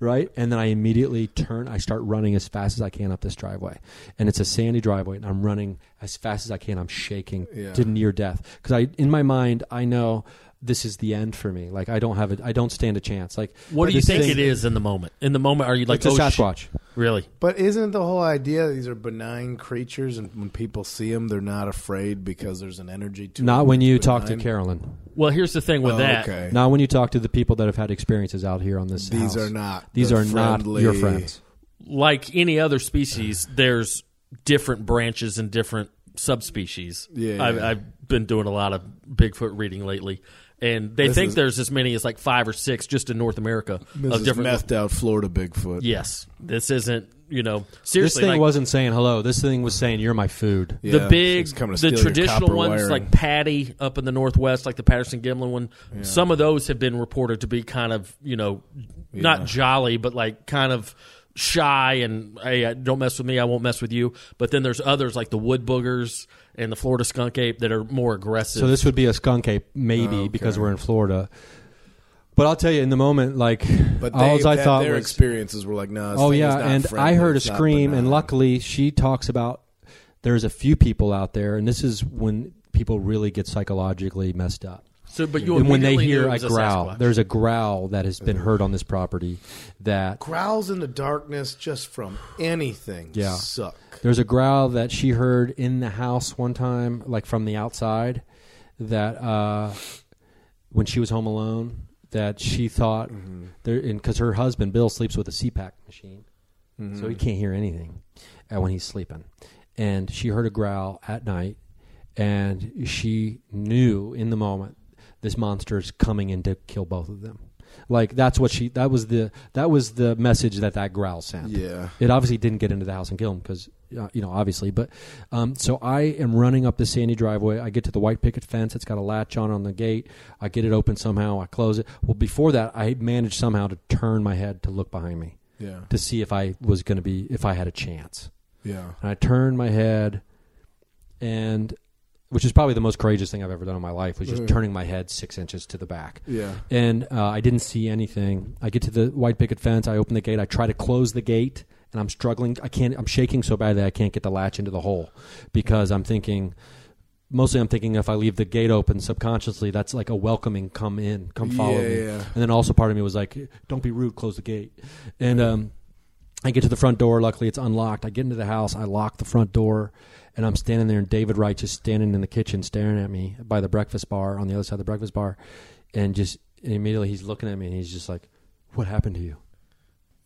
C: right and then i immediately turn i start running as fast as i can up this driveway and it's a sandy driveway and i'm running as fast as i can i'm shaking
E: Yeah.
C: to near death because i in my mind i know this is the end for me like i don't have it i don't stand a chance like
D: What do you
C: this
D: think
C: thing-
D: it is in the moment? In the moment, are you like
C: it's a
D: oh, shit.
C: sasquatch
D: Really?
E: But isn't the whole idea these are benign creatures, and when people see them, they're not afraid because there's an energy to
C: not
E: them
C: when
E: that's
C: you talk to
E: benign?
C: carolyn
D: Well, here's the thing with
E: Oh,
D: that.
E: okay.
C: Now, when you talk to the people that have had experiences out here on this,
E: These
C: house,
E: are not
C: These
E: the
C: are not your
E: friendly-
C: friends.
D: Like any other species, there's different branches and different subspecies.
E: Yeah,
D: I've,
E: yeah.
D: I've been doing a lot of Bigfoot reading lately, and they
E: This
D: think
E: is-
D: there's as many as like five or six just in North America
E: This
D: of
E: is
D: different.
E: methed out Florida Bigfoot.
D: Yes, this isn't you know
C: This
D: seriously
C: thing
D: like,
C: wasn't saying hello. This thing was saying, "You're my food."
E: Yeah,
D: the big,
E: he's coming to
D: the
E: steal your
D: traditional
E: copper
D: ones
E: wiring.
D: like Patty up in the northwest, like the Patterson Gimlin one. Some of those have been reported to be kind of, you know, not jolly, but like kind of shy and hey, I- don't mess with me, I won't mess with you. But then there's others like the wood boogers and the Florida skunk ape that are more aggressive.
C: So this would be a skunk ape, maybe
E: Oh,
C: because we're in Florida. But I'll tell you, in the moment, like
E: But they,
C: all I
E: that-
C: thought
E: their
C: was,
E: experiences were like, no. Nah, this
C: "Oh
E: thing is
C: yeah,"
E: not
C: and
E: friendly,
C: I heard a
E: it's not
C: scream. And
E: benign.
C: luckily, she talks about there's a few people out there, and this is when people really get psychologically messed up.
D: so but you
C: and when they
D: immediately knew
C: hear
D: it
C: I
D: was a
C: growl,
D: Sasquatch.
C: there's a growl that has been heard on this property that
E: growls in the darkness just from anything.
C: Yeah.
E: suck.
C: There's a growl that she heard in the house one time, like from the outside, that uh, when she was home alone, that she thought, there, and because her husband Bill sleeps with a CPAP machine, so he can't hear anything uh, when he's sleeping, and she heard a growl at night, and she knew in the moment this monster is coming in to kill both of them. Like that's what she that was the that was the message that that growl sent.
E: Yeah.
C: It obviously didn't get into the house and kill him because, uh, you know, obviously. But um, so I am running up the sandy driveway. I get to the white picket fence. It's got a latch on on the gate. I get it open somehow. I close it. Well, before that, I managed somehow to turn my head to look behind me
E: Yeah,
C: to see if I was going to be if I had a chance.
E: yeah.
C: And I turned my head, and which is probably the most courageous thing I've ever done in my life was just turning my head six inches to the back
E: Yeah.
C: and uh, I didn't see anything. I get to the white picket fence. I open the gate. I try to close the gate, and I'm struggling. I can't. I'm shaking so bad that I can't get the latch into the hole because I'm thinking mostly I'm thinking if I leave the gate open subconsciously, that's like a welcoming come in, come follow
E: Yeah,
C: me.
E: yeah.
C: And then also part of me was like, don't be rude, close the gate. And um, I get to the front door. Luckily, it's unlocked. I get into the house. I lock the front door, and I'm standing there, and David Wright just standing in the kitchen, staring at me by the breakfast bar on the other side of the breakfast bar, and just and immediately he's looking at me, and he's just like, "What happened to you?"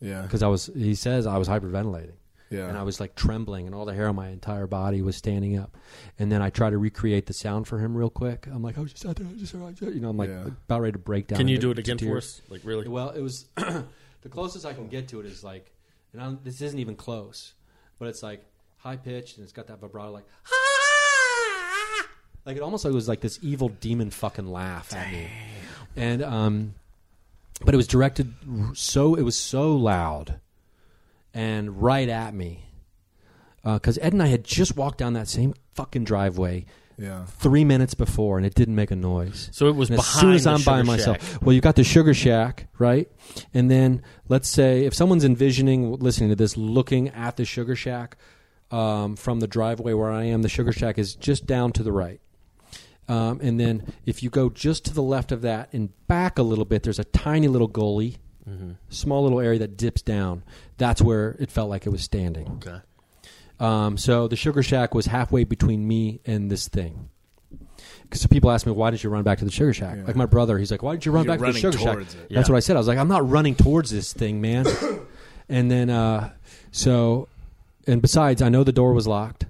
E: Yeah.
C: Because I was, he says, I was hyperventilating.
E: Yeah.
C: And I was like trembling, and all the hair on my entire body was standing up. And then I try to recreate the sound for him real quick. I'm like, I was just out there, I was just, I was just-" you know, I'm like
E: Yeah.
C: about ready to break down.
D: Can you
C: into-
D: do it
C: into
D: again for
C: tears.
D: us? Like really?
C: Well, it was the closest I can get to it is like, and I'm, this isn't even close, but it's like high pitched and it's got that vibrato, like, like it almost like it was like this evil demon fucking laugh at me, and um, but it was directed r- so it was so loud, and right at me, because Ed and I had just walked down that same fucking driveway.
E: Yeah.
C: Three minutes before, and it didn't make a noise.
D: So it was
C: And
D: behind
C: as
D: the
C: soon as I'm by
D: Sugar
C: myself. Well, you got the sugar shack, right? And then let's say if someone's envisioning listening to this, looking at the sugar shack um, from the driveway where I am, the sugar shack is just down to the right. Um, and then if you go just to the left of that and back a little bit, there's a tiny little gully,
D: Mm-hmm.
C: small little area that dips down. That's where it felt like it was standing.
D: okay.
C: Um, so the Sugar Shack was halfway between me and this thing. Because people ask me, why did you run back to the Sugar Shack? Like my brother, he's like, why did you run
E: You're
C: back to the
E: running
C: Sugar Shack?
E: towards it.
C: That's
D: Yeah.
C: what I said. I was like, I'm not running towards this thing, man. and then, uh, so, and besides, I know the door was locked.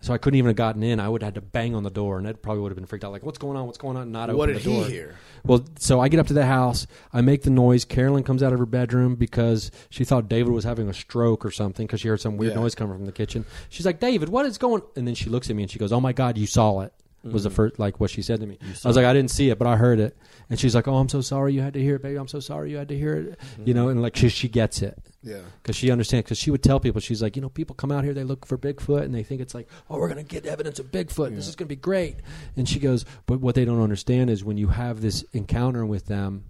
C: So I couldn't even have gotten in. I would have had to bang on the door, and that probably would have been freaked out. Like, what's going on? What's going on? Not
E: What
C: open
E: did
C: the
E: he
C: door.
E: hear?
C: Well, so I get up to the house. I make the noise. Carolyn comes out of her bedroom because she thought David was having a stroke or something because she heard some weird
E: Yeah.
C: noise coming from the kitchen. She's like, "David, what is going?" And then she looks at me and she goes, "Oh my God, you saw it." Was the first like what she said to me? I was like, I didn't see it, but I heard it. And she's like, Oh, I'm so sorry you had to hear it, baby. I'm so sorry you had to hear it. You know, and like she, she gets it
E: Yeah.
C: because she understands. Because she would tell people, she's like, you know, people come out here, they look for Bigfoot, and they think it's like, oh, we're gonna get evidence of Bigfoot. This is gonna be great. And she goes, but what they don't understand is when you have this encounter with them,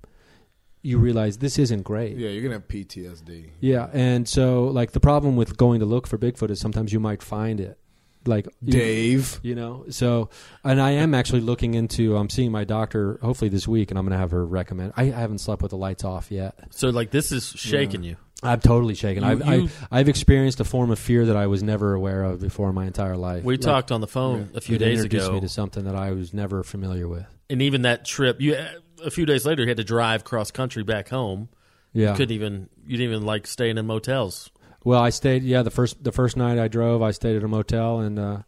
C: you realize this isn't great.
E: Yeah, you're gonna have PTSD.
C: Yeah, and so like the problem with going to look for Bigfoot is sometimes you might find it, like you-
E: Dave.
C: you know so and i am actually looking into i'm seeing my doctor hopefully this week and i'm gonna have her recommend i, I haven't slept with the lights off yet
D: So like this is shaking you.
C: I'm totally shaken.
D: You-
C: I've,
D: you-
C: I've, I've experienced a form of fear that I was never aware of before in my entire life.
D: We
C: Like,
D: talked on the phone a few
C: it
D: days
C: introduced
D: ago,
C: me to something that I was never familiar with.
D: and even that trip, you a few days later, you had to drive cross country back home.
C: Yeah.
D: You couldn't even you didn't even like staying in motels.
C: Well, I stayed. Yeah, the first the first night I drove, I stayed at a motel, and uh,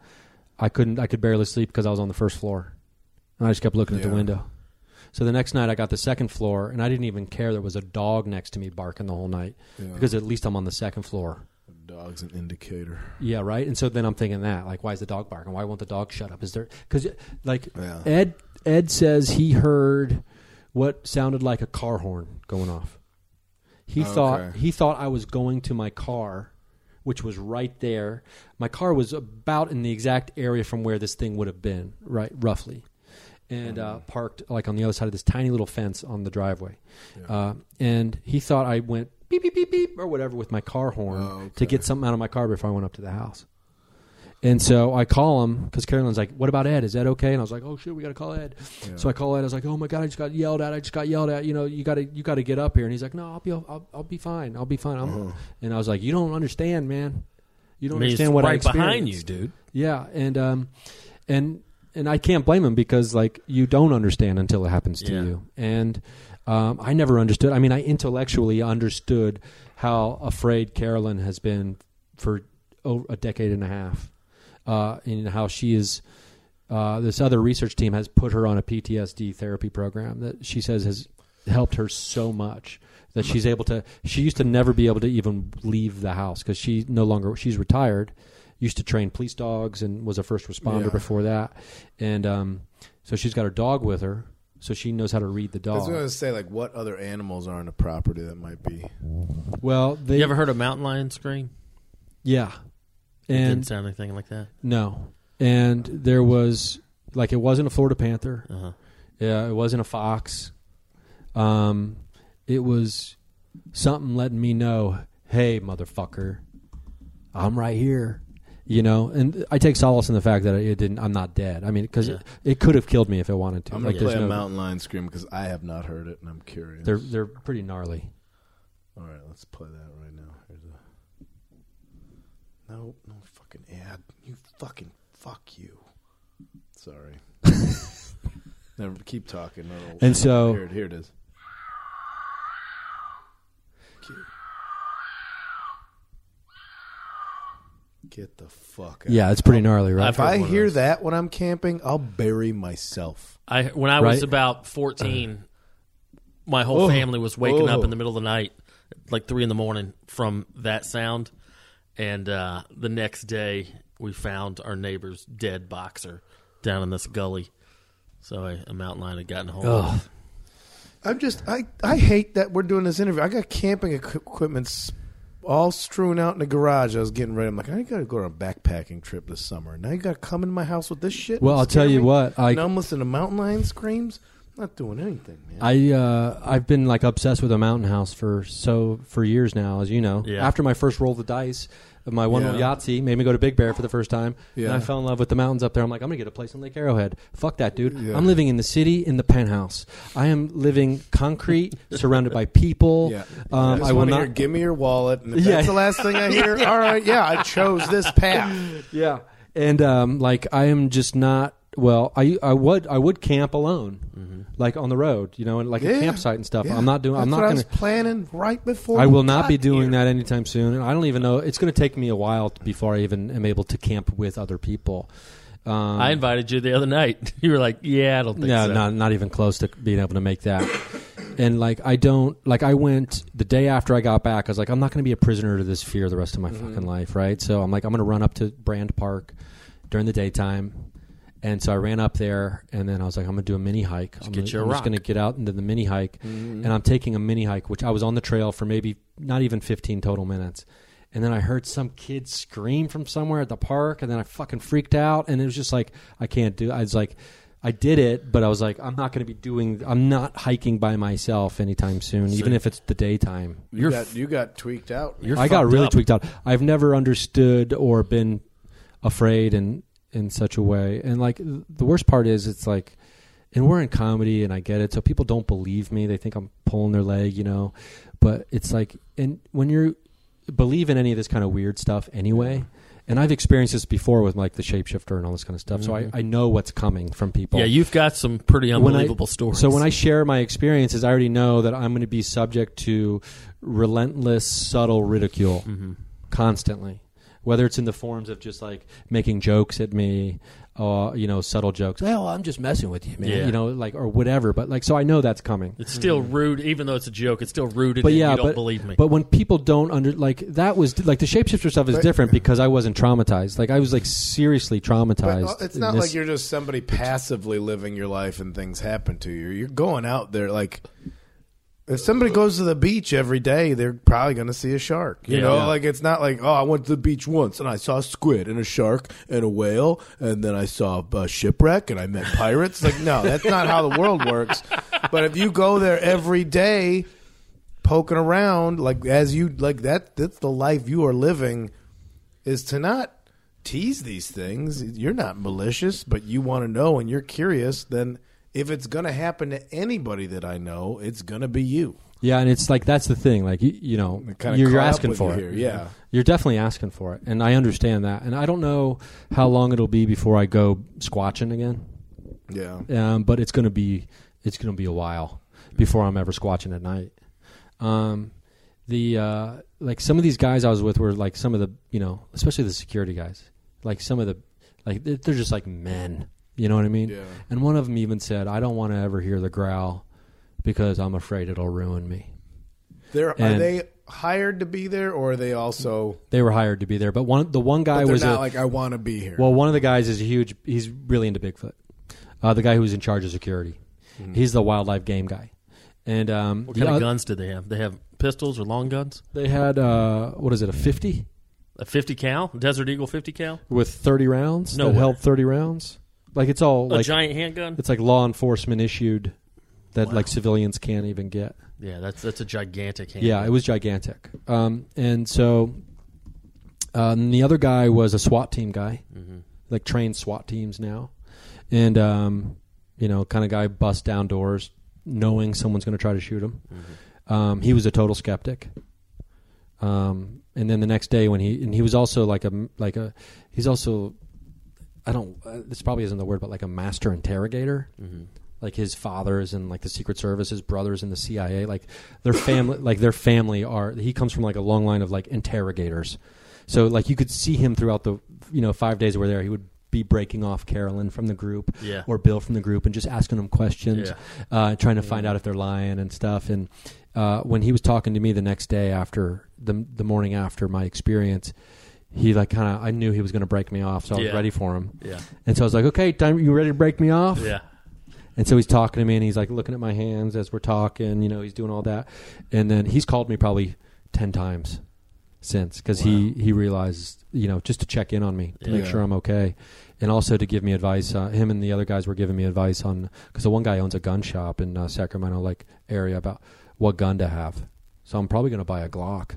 C: I couldn't. I could barely sleep because I was on the first floor, and I just kept looking at the
E: Yeah.
C: window. So the next night I got the second floor, and I didn't even care there was a dog next to me barking the whole night
E: Yeah.
C: because at least I'm on the second floor.
E: Dog's an indicator.
C: Yeah, right. And so then I'm thinking that, like, why is the dog barking? Why won't the dog shut up? Is there because, like,
E: Yeah.
C: Ed Ed says he heard what sounded like a car horn going off. He thought
E: Oh, Okay.
C: he thought I was going to my car, which was right there. My car was about in the exact area from where this thing would have been, right, roughly, and uh, parked like on the other side of this tiny little fence on the driveway. Uh, and he thought I went beep beep beep beep or whatever with my car horn
E: Oh,
C: to get something out of my car before I went up to the house. And so I call him because Carolyn's like, "What about Ed? Is Ed okay?" And I was like, "Oh shit, we gotta call Ed." So I call Ed. I was like, "Oh my god, I just got yelled at. I just got yelled at. You know, you gotta you gotta get up here." And he's like, "No, I'll be I'll, I'll be fine. I'll be fine." I'm, and I was like, "You don't understand, man. You don't
D: I mean, it's
C: understand what I
D: right
C: experienced.
D: behind you, dude.
C: Yeah, and um, and and I can't blame him because like you don't understand until it happens to
D: Yeah.
C: you, and um, I never understood. I mean, I intellectually understood how afraid Carolyn has been for over a decade and a half, uh, and how she is. Uh, this other research team has put her on a PTSD therapy program that she says has helped her so much that she's able to she used to never be able to even leave the house because she no longer she's retired used to train police dogs and was a first responder
E: Yeah.
C: before that and um, so she's got her dog with her so she knows how to read the
E: I was gonna
C: dog
E: say like, what other animals are on a property that might be?
C: well they
D: You ever heard a mountain lion scream?
C: yeah
D: It didn't
C: and
D: sound anything like that.
C: no and there was like it wasn't a florida panther
D: Uh-huh.
C: yeah it wasn't a fox um, it was something letting me know hey motherfucker i'm right here You know, and I take solace in the fact that it didn't. I'm not dead. I mean, because
D: Yeah.
C: it, it could have killed me if it wanted to.
E: I'm gonna
C: Like,
E: play
C: there's
E: a
C: no-
E: mountain lion scream because I have not heard it and I'm curious.
C: They're they're pretty gnarly.
E: All right, let's play that right now. Here's a. No, no fucking ad. You fucking fuck you. Sorry. Never keep talking. I'll-
C: And so-
E: here, it- here it is. Get the fuck. Out.
C: Yeah, it's pretty gnarly, right?
D: I've
E: If
D: heard
E: I
D: one of
E: hear
D: those.
E: that when I'm camping, I'll bury myself.
D: I when I was
C: Right?
D: about fourteen, my whole
E: Oh.
D: family was waking
E: Oh.
D: up in the middle of the night, like three in the morning, from that sound. And uh, the next day, we found our neighbor's dead boxer down in this gully. So a, a mountain lion had gotten hold. of
C: Ugh.
D: it.
E: I'm just I I hate that we're doing this interview. I got camping equ- equipment s- all strewn out in the garage. I was getting ready. I'm like, I got to go on a backpacking trip this summer. Now you got to come in my house with this shit.
C: Well,
E: and
C: I'll
E: scare
C: tell you
E: me?
C: what, I-
E: now I'm listening to mountain lion screams. I'm not doing anything, man.
C: I uh, I've been like obsessed with a mountain house for so for years now, as you know.
D: Yeah.
C: After my first roll of the dice, uh, my one
E: Yeah.
C: Yahtzee made me go to Big Bear for the first time,
E: Yeah.
C: and I fell in love with the mountains up there. I'm like, I'm gonna get a place in Lake Arrowhead. Fuck that, dude.
E: Yeah.
C: I'm living in the city in the penthouse. I am living concrete, surrounded by people.
E: I,
C: Um,
E: just
C: I will
E: wanna
C: not.
E: Hear, Give me your wallet. And if
C: Yeah.
E: that's the last thing I hear. All right, yeah, I chose this path.
C: yeah, and um, like I am just not. Well, I I would I would camp alone, like on the road, you know, and like
E: Mm-hmm. Yeah.
C: a campsite and stuff.
E: Yeah.
C: I'm not doing. I'm
E: That's
C: not
E: what I
C: gonna.
E: was planning right before.
C: I
E: we
C: will not be
E: got
C: doing
E: here.
C: that anytime soon, and I don't even know. It's going to take me a while before I even am able to camp with other people. Um,
D: I invited you the other night. You were like, "Yeah, I don't think
C: no,
D: so."
C: not not even close to being able to make that. and like I don't like I went the day after I got back. I was like, I'm not going to be a prisoner to this fear the rest of my
D: Mm-hmm.
C: fucking life, right? So I'm like, I'm going to run up to Brand Park during the daytime. And so I ran up there, and then I was like, I'm going to do a mini hike. I'm,
D: get
C: gonna-
D: you a
C: I'm just
D: rock.
C: going to get out into the mini hike, and I'm taking a mini hike, which I was on the trail for maybe not even 15 total minutes. And then I heard some kid scream from somewhere at the park, and then I fucking freaked out, and it was just like I can't do. I was like, I did it, but I was like, I'm not going to be doing. I'm not hiking by myself anytime soon, even if it's the daytime.
E: You got, you got tweaked out.
D: You're
C: I got
D: fucked
C: really
D: up.
C: tweaked out. I've never understood or been afraid in in such a way. And like th- the worst part is, it's like, and we're in comedy, and I get it. So people don't believe me. They think I'm pulling their leg, you know. But it's like, and when you believe in any of this kind of weird stuff, anyway. And I've experienced this before with like the shapeshifter and all this kind of stuff. So I, I know what's coming from people.
D: Mm-hmm. Yeah, you've got some pretty
C: When I-
D: unbelievable stories.
C: So when I share my experiences, I already know that I'm going to be subject to relentless, subtle ridicule
D: Mm-hmm.
C: constantly. Whether it's in the forms of just like making jokes at me, uh, you know, subtle jokes. Oh, I'm just messing with you, man.
D: Yeah.
C: You know, like or whatever. But like, so I know that's coming.
D: it's still
E: Mm.
D: rude, even though it's a joke. It's still rooted.
C: But
D: in
C: yeah,
D: you don't
C: but
D: believe me.
C: but when people don't under like that was like the shapeshifter stuff is different because I wasn't traumatized. Like I was like seriously traumatized.
E: But uh, it's
C: in
E: not
C: this-
E: like you're just somebody passively living your life and things happen to you. You're going out there like if somebody goes to the beach every day, they're probably going to see a shark. You
D: Yeah.
E: know,
D: Yeah.
E: like it's not like oh, I went to the beach once and I saw a squid and a shark and a whale and then I saw a shipwreck and I met pirates. like no, that's not how the world works. But if you go there every day poking around like as you like that that's the life you are living is to not tease these things. You're not malicious, but you want to know and you're curious, then if it's going to happen to anybody that I know, it's going to be you.
C: Yeah, and it's like that's the thing. Like you, you know,
E: kinda
C: you're, you're
E: caught up
C: asking
E: with
C: for
E: you
C: it.
E: here, yeah.
C: you're definitely asking for it, and I understand that. And I don't know how long it'll be before I go squatching again,
E: Yeah.
C: um, but it's gonna be it's gonna be a while before I'm ever squatching at night. Um, the uh, like some of these guys I was with were like some of the you know, especially the security guys. Like some of the like they're, they're just like men. You know what I mean?
E: Yeah.
C: And one of them even said, "I don't want to ever hear the growl because I'm afraid it'll ruin me."
E: They're, are
C: And-
E: they hired to be there or are they also
C: they were hired to be there. But one, the one guy
E: but they're
C: was
E: not
C: a,
E: like I want to be here.
C: well, one of the guys is a huge. He's really into Bigfoot. Uh, the guy who's in charge of security, he's the wildlife game guy. And um,
D: Mm-hmm. what
C: the
D: kind of
C: oth-
D: guns do they have? They have pistols or long guns?
C: they had uh, what is it, a fifty
D: A 50 cal? Desert Eagle 50 cal?
C: with thirty rounds
D: No
C: that
D: way.
C: held thirty rounds. Like it's all
D: a
C: like
D: giant handgun?
C: it's like law enforcement issued that like civilians can't even get.
D: Yeah, that's that's a gigantic handgun.
C: Yeah, it was gigantic. Um, and so Uh, and the other guy was a SWAT team guy, like trained SWAT teams now, and um, you know, kind of guy busts down doors, knowing someone's going to try to shoot him. Um, he was a total skeptic. Um, and then the next day when he and he was also like a like a he's also I don't uh, this probably isn't the word but like a master interrogator. Like his fathers and like the Secret Service, his brothers and the CIA, like their family, like their family are. He comes from like a long line of like interrogators, so like you could see him throughout the you know five days we're there. He would be breaking off Carolyn from the group
D: Yeah.
C: or Bill from the group and just asking them questions,
D: Yeah.
C: uh, trying to find out if they're lying and stuff. And uh, when he was talking to me the next day after the the morning after my experience, he like kind of I knew he was going to break me off, so I was
D: Yeah.
C: ready for him.
D: Yeah.
C: And so I was like, okay, time you ready to break me off?
D: Yeah.
C: And so he's talking to me, and he's like looking at my hands as we're talking. You know, he's doing all that, and then he's called me probably ten times since because he he realized you know just to check in on me to make
E: Yeah.
C: sure I'm okay, and also to give me advice. Uh, him and the other guys were giving me advice on because the one guy owns a gun shop in uh, Sacramento like area about what gun to have. So I'm probably going to buy a Glock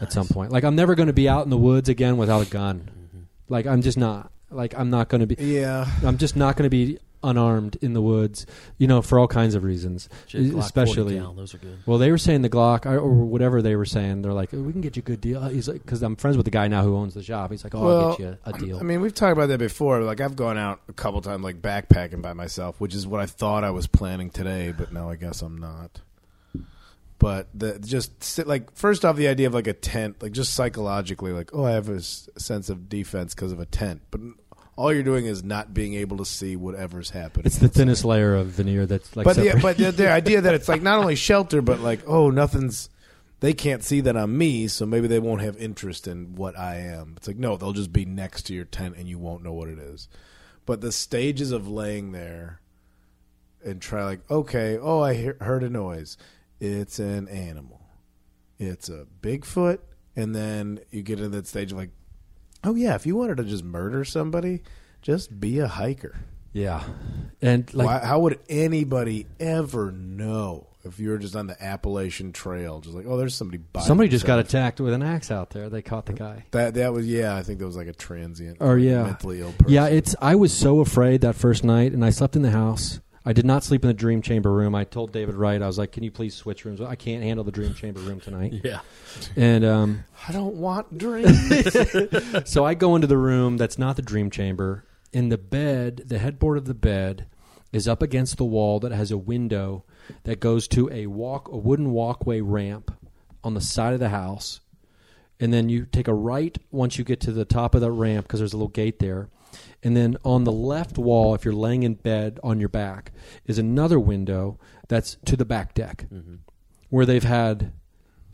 C: at some point. Like I'm never going to be out in the woods again without a gun. Like I'm just not. Like I'm not going to be.
E: Yeah.
C: I'm just not going to be unarmed in the woods, you know, for all kinds of reasons.
D: Shit, Glock 40
C: e-, Especially,
D: cal, those are good.
C: well, they were saying the Glock I- or whatever they were saying. They're like, we can get you a good deal. Uh, He's like, because I'm friends with the guy now who owns the shop. He's like, oh, I'll get you a deal.
E: I mean, we've talked about that before. Like, I've gone out a couple times, like backpacking by myself, which is what I thought I was planning today, but now I guess I'm not. But the just sit, like first off, the idea of like a tent, like just psychologically, like oh, I have a s- sense of defense because of a tent, but all you're doing is not being able to see whatever's happening.
C: it's the thinnest layer of veneer that's like.
E: but the,
C: separating-
E: but the, the idea that it's like not only shelter, but like oh, nothing's. They can't see that I'm me, so maybe they won't have interest in what I am. It's like no, they'll just be next to your tent and you won't know what it is. But the stages of laying there and try like okay, oh, I hear, heard a noise. It's an animal. It's a Bigfoot, and then you get into that stage of like, oh yeah, if you wanted to just murder somebody, just be a hiker.
C: yeah, and like
E: Why, how would anybody ever know if you were just on the Appalachian Trail, just like, oh, there's somebody. By
C: somebody just got
E: themselves.
C: attacked with an axe out there. They caught the guy.
E: That that was yeah. I think that was like a transient
C: or
E: like,
C: Oh, yeah,
E: mentally ill person.
C: Yeah, it's. I was so afraid that first night, and I slept in the house. I did not sleep in the dream chamber room. I told David Wright, I was like, "Can you please switch rooms? I can't handle the dream chamber room tonight."
D: Yeah.
C: and um,
E: I don't want dreams.
C: so I go into the room that's not the dream chamber. In the bed, the headboard of the bed is up against the wall that has a window that goes to a walk, a wooden walkway ramp on the side of the house. And then you take a right once you get to the top of that ramp because there's a little gate there. And then on the left wall, if you're laying in bed on your back, is another window that's to the back deck where they've had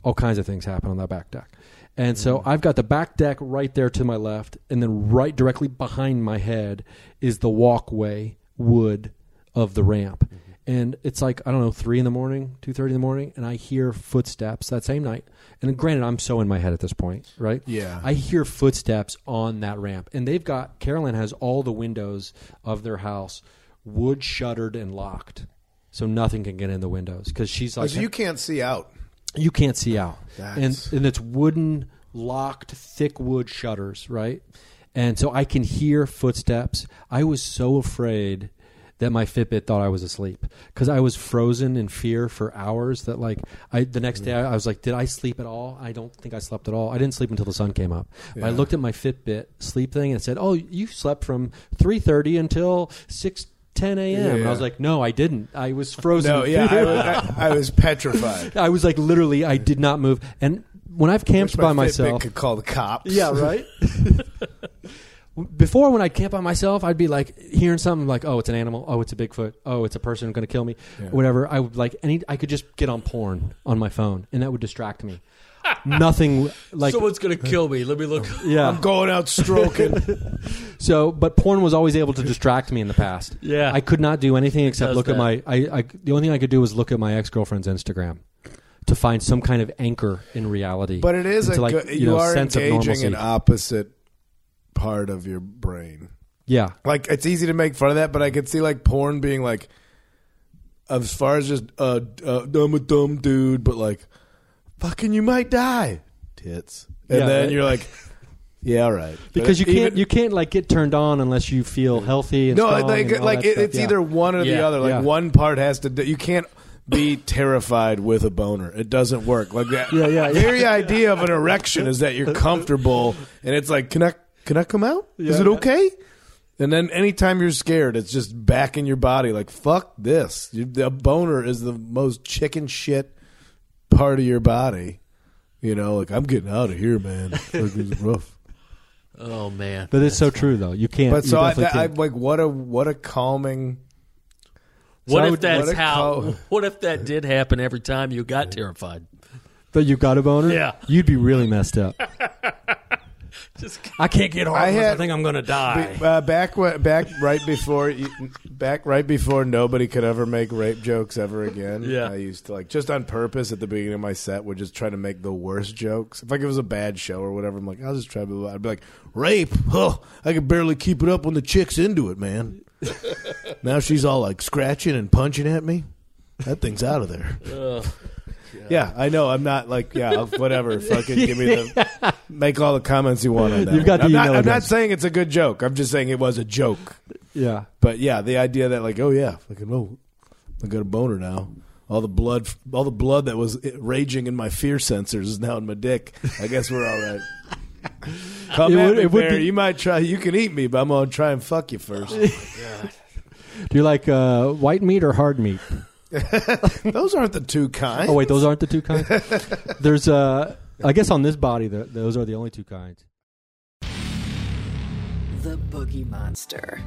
C: all kinds of things happen on that back deck. And so
E: Mm-hmm.
C: I've got the back deck right there to my left, and then right directly behind my head is the walkway wood of the ramp.
E: Mm-hmm.
C: And it's like I don't know three in the morning, two thirty in the morning, and I hear footsteps that same night. And granted, I'm so in my head at this point, right?
E: Yeah.
C: I hear footsteps on that ramp, and they've got Carolyn has all the windows of their house wood shuttered and locked, so nothing can get in the windows because she's like
E: so you can't see out.
C: you can't see out
E: That's-
C: and and it's wooden locked thick wood shutters right and so i can hear footsteps i was so afraid that my fitbit thought i was asleep because i was frozen in fear for hours that like i the
E: Mm.
C: next day I, I was like did i sleep at all i don't think i slept at all i didn't sleep until the sun came up But i
E: Yeah.
C: looked at my fitbit sleep thing and it said oh you slept from 3.30 until 6 10 a.m.
E: Yeah,
C: And I
E: yeah.
C: was like, no, I didn't. I was frozen.
E: No,
C: in
E: yeah,
C: fear.
E: I was, I, I was petrified.
C: I was like literally, I did not move. And when I've camped
E: Wish
C: by
E: my Fitbit
C: myself,
E: could call the cops.
C: yeah, right. Before, when I camp by myself, I'd be like hearing something like, "Oh, it's an animal. Oh, it's a Bigfoot. Oh, it's a person going to kill me. Whatever." I would like any. I could just get on porn on my phone, and that would distract me. Nothing like
D: Someone's gonna kill me. Let me look.
C: yeah.
E: I'm going out stroking.
C: So, but porn was always able to distract me in the past.
D: Yeah.
C: I could not do anything except
D: does
C: look
D: that.
C: at my. I, I the only thing I could do was look at my ex girlfriend's Instagram to find some kind of anchor in reality.
E: But it is
C: and
E: a
C: to, like,
E: good, you,
C: know,
E: are
C: sense of
E: engaging an
C: normalcy.
E: opposite part of your brain.
C: yeah.
E: like it's easy to make fun of that, but I could see like porn being like, as far as just uh, uh I'm a dumb dude, but like, fucking, you might die, tits, and
C: Yeah,
E: then
C: right.
E: you're like, Yeah, all right.
C: because you
E: But
C: can't
E: even-
C: you can't like get turned on unless you feel healthy. And
E: no,
C: strong
E: like
C: and all
E: like
C: that
E: it,
C: stuff.
E: it's
C: Yeah.
E: either one or the
D: Yeah,
E: other. Like
C: yeah.
E: one part has to. do You can't be terrified with a boner. It doesn't work. Like that.
C: Yeah, yeah,
E: The
C: yeah.
E: very idea of an erection is that you're comfortable, and it's like, can I can I come out? Is
C: Yeah.
E: it okay? And then anytime you're scared, it's just back in your body. Like fuck this. You, the boner is the most chicken shit part of your body. You know, like I'm getting out of here, man. Like, it's rough.
D: Oh man,
C: But it's so true though. You can't.
E: But
C: you
E: so I,
C: definitely
E: that, I
C: can't.
E: like what a what a calming.
D: what
E: I
D: if
E: would-
D: that's
E: what a
D: how?
C: oh.
E: co-
D: What if that did happen every time you got terrified?
C: that you got a boner.
D: Yeah.
C: you'd be really messed up.
D: Just
C: I can't get hard.
E: I
C: once
E: had-
C: think I'm gonna die.
E: Be- uh, back when, back right before you- back right before nobody could ever make rape jokes ever again.
D: Yeah.
E: I used to like just on purpose at the beginning of my set would just try to make the worst jokes. If like it was a bad show or whatever, I'm like I'll just try. to I'd be like rape. Oh, I could barely keep it up when the chick's into it, man. now she's all like scratching and punching at me. That thing's out of there. yeah. I know. I'm not like yeah, whatever. Fucking give me the make all the comments you want on that.
C: You've got
E: one.
C: the
E: I'm,
C: email
E: not, I'm not
C: address.
E: saying it's a good joke. I'm just saying it was a joke.
C: Yeah,
E: But yeah, the idea that like, oh yeah, fucking oh, I got a boner now. All the blood, all the blood that was raging in my fear sensors is now in my dick. I guess we're all right. Come
C: It
E: at
C: would-
E: me,
C: it would
E: Barry.
C: be-
E: You might try. You can eat me, but I'm gonna try and fuck you first.
C: do you like uh, white meat or hard meat?
E: Those aren't the two kinds.
C: Oh wait, those aren't the two kinds. There's uh, I guess on this body, th those are the only two kinds.
B: The Boogie Monster.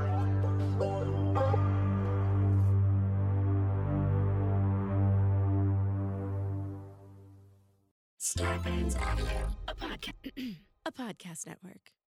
F: Star Bands Audio, a podcast, a podcast network.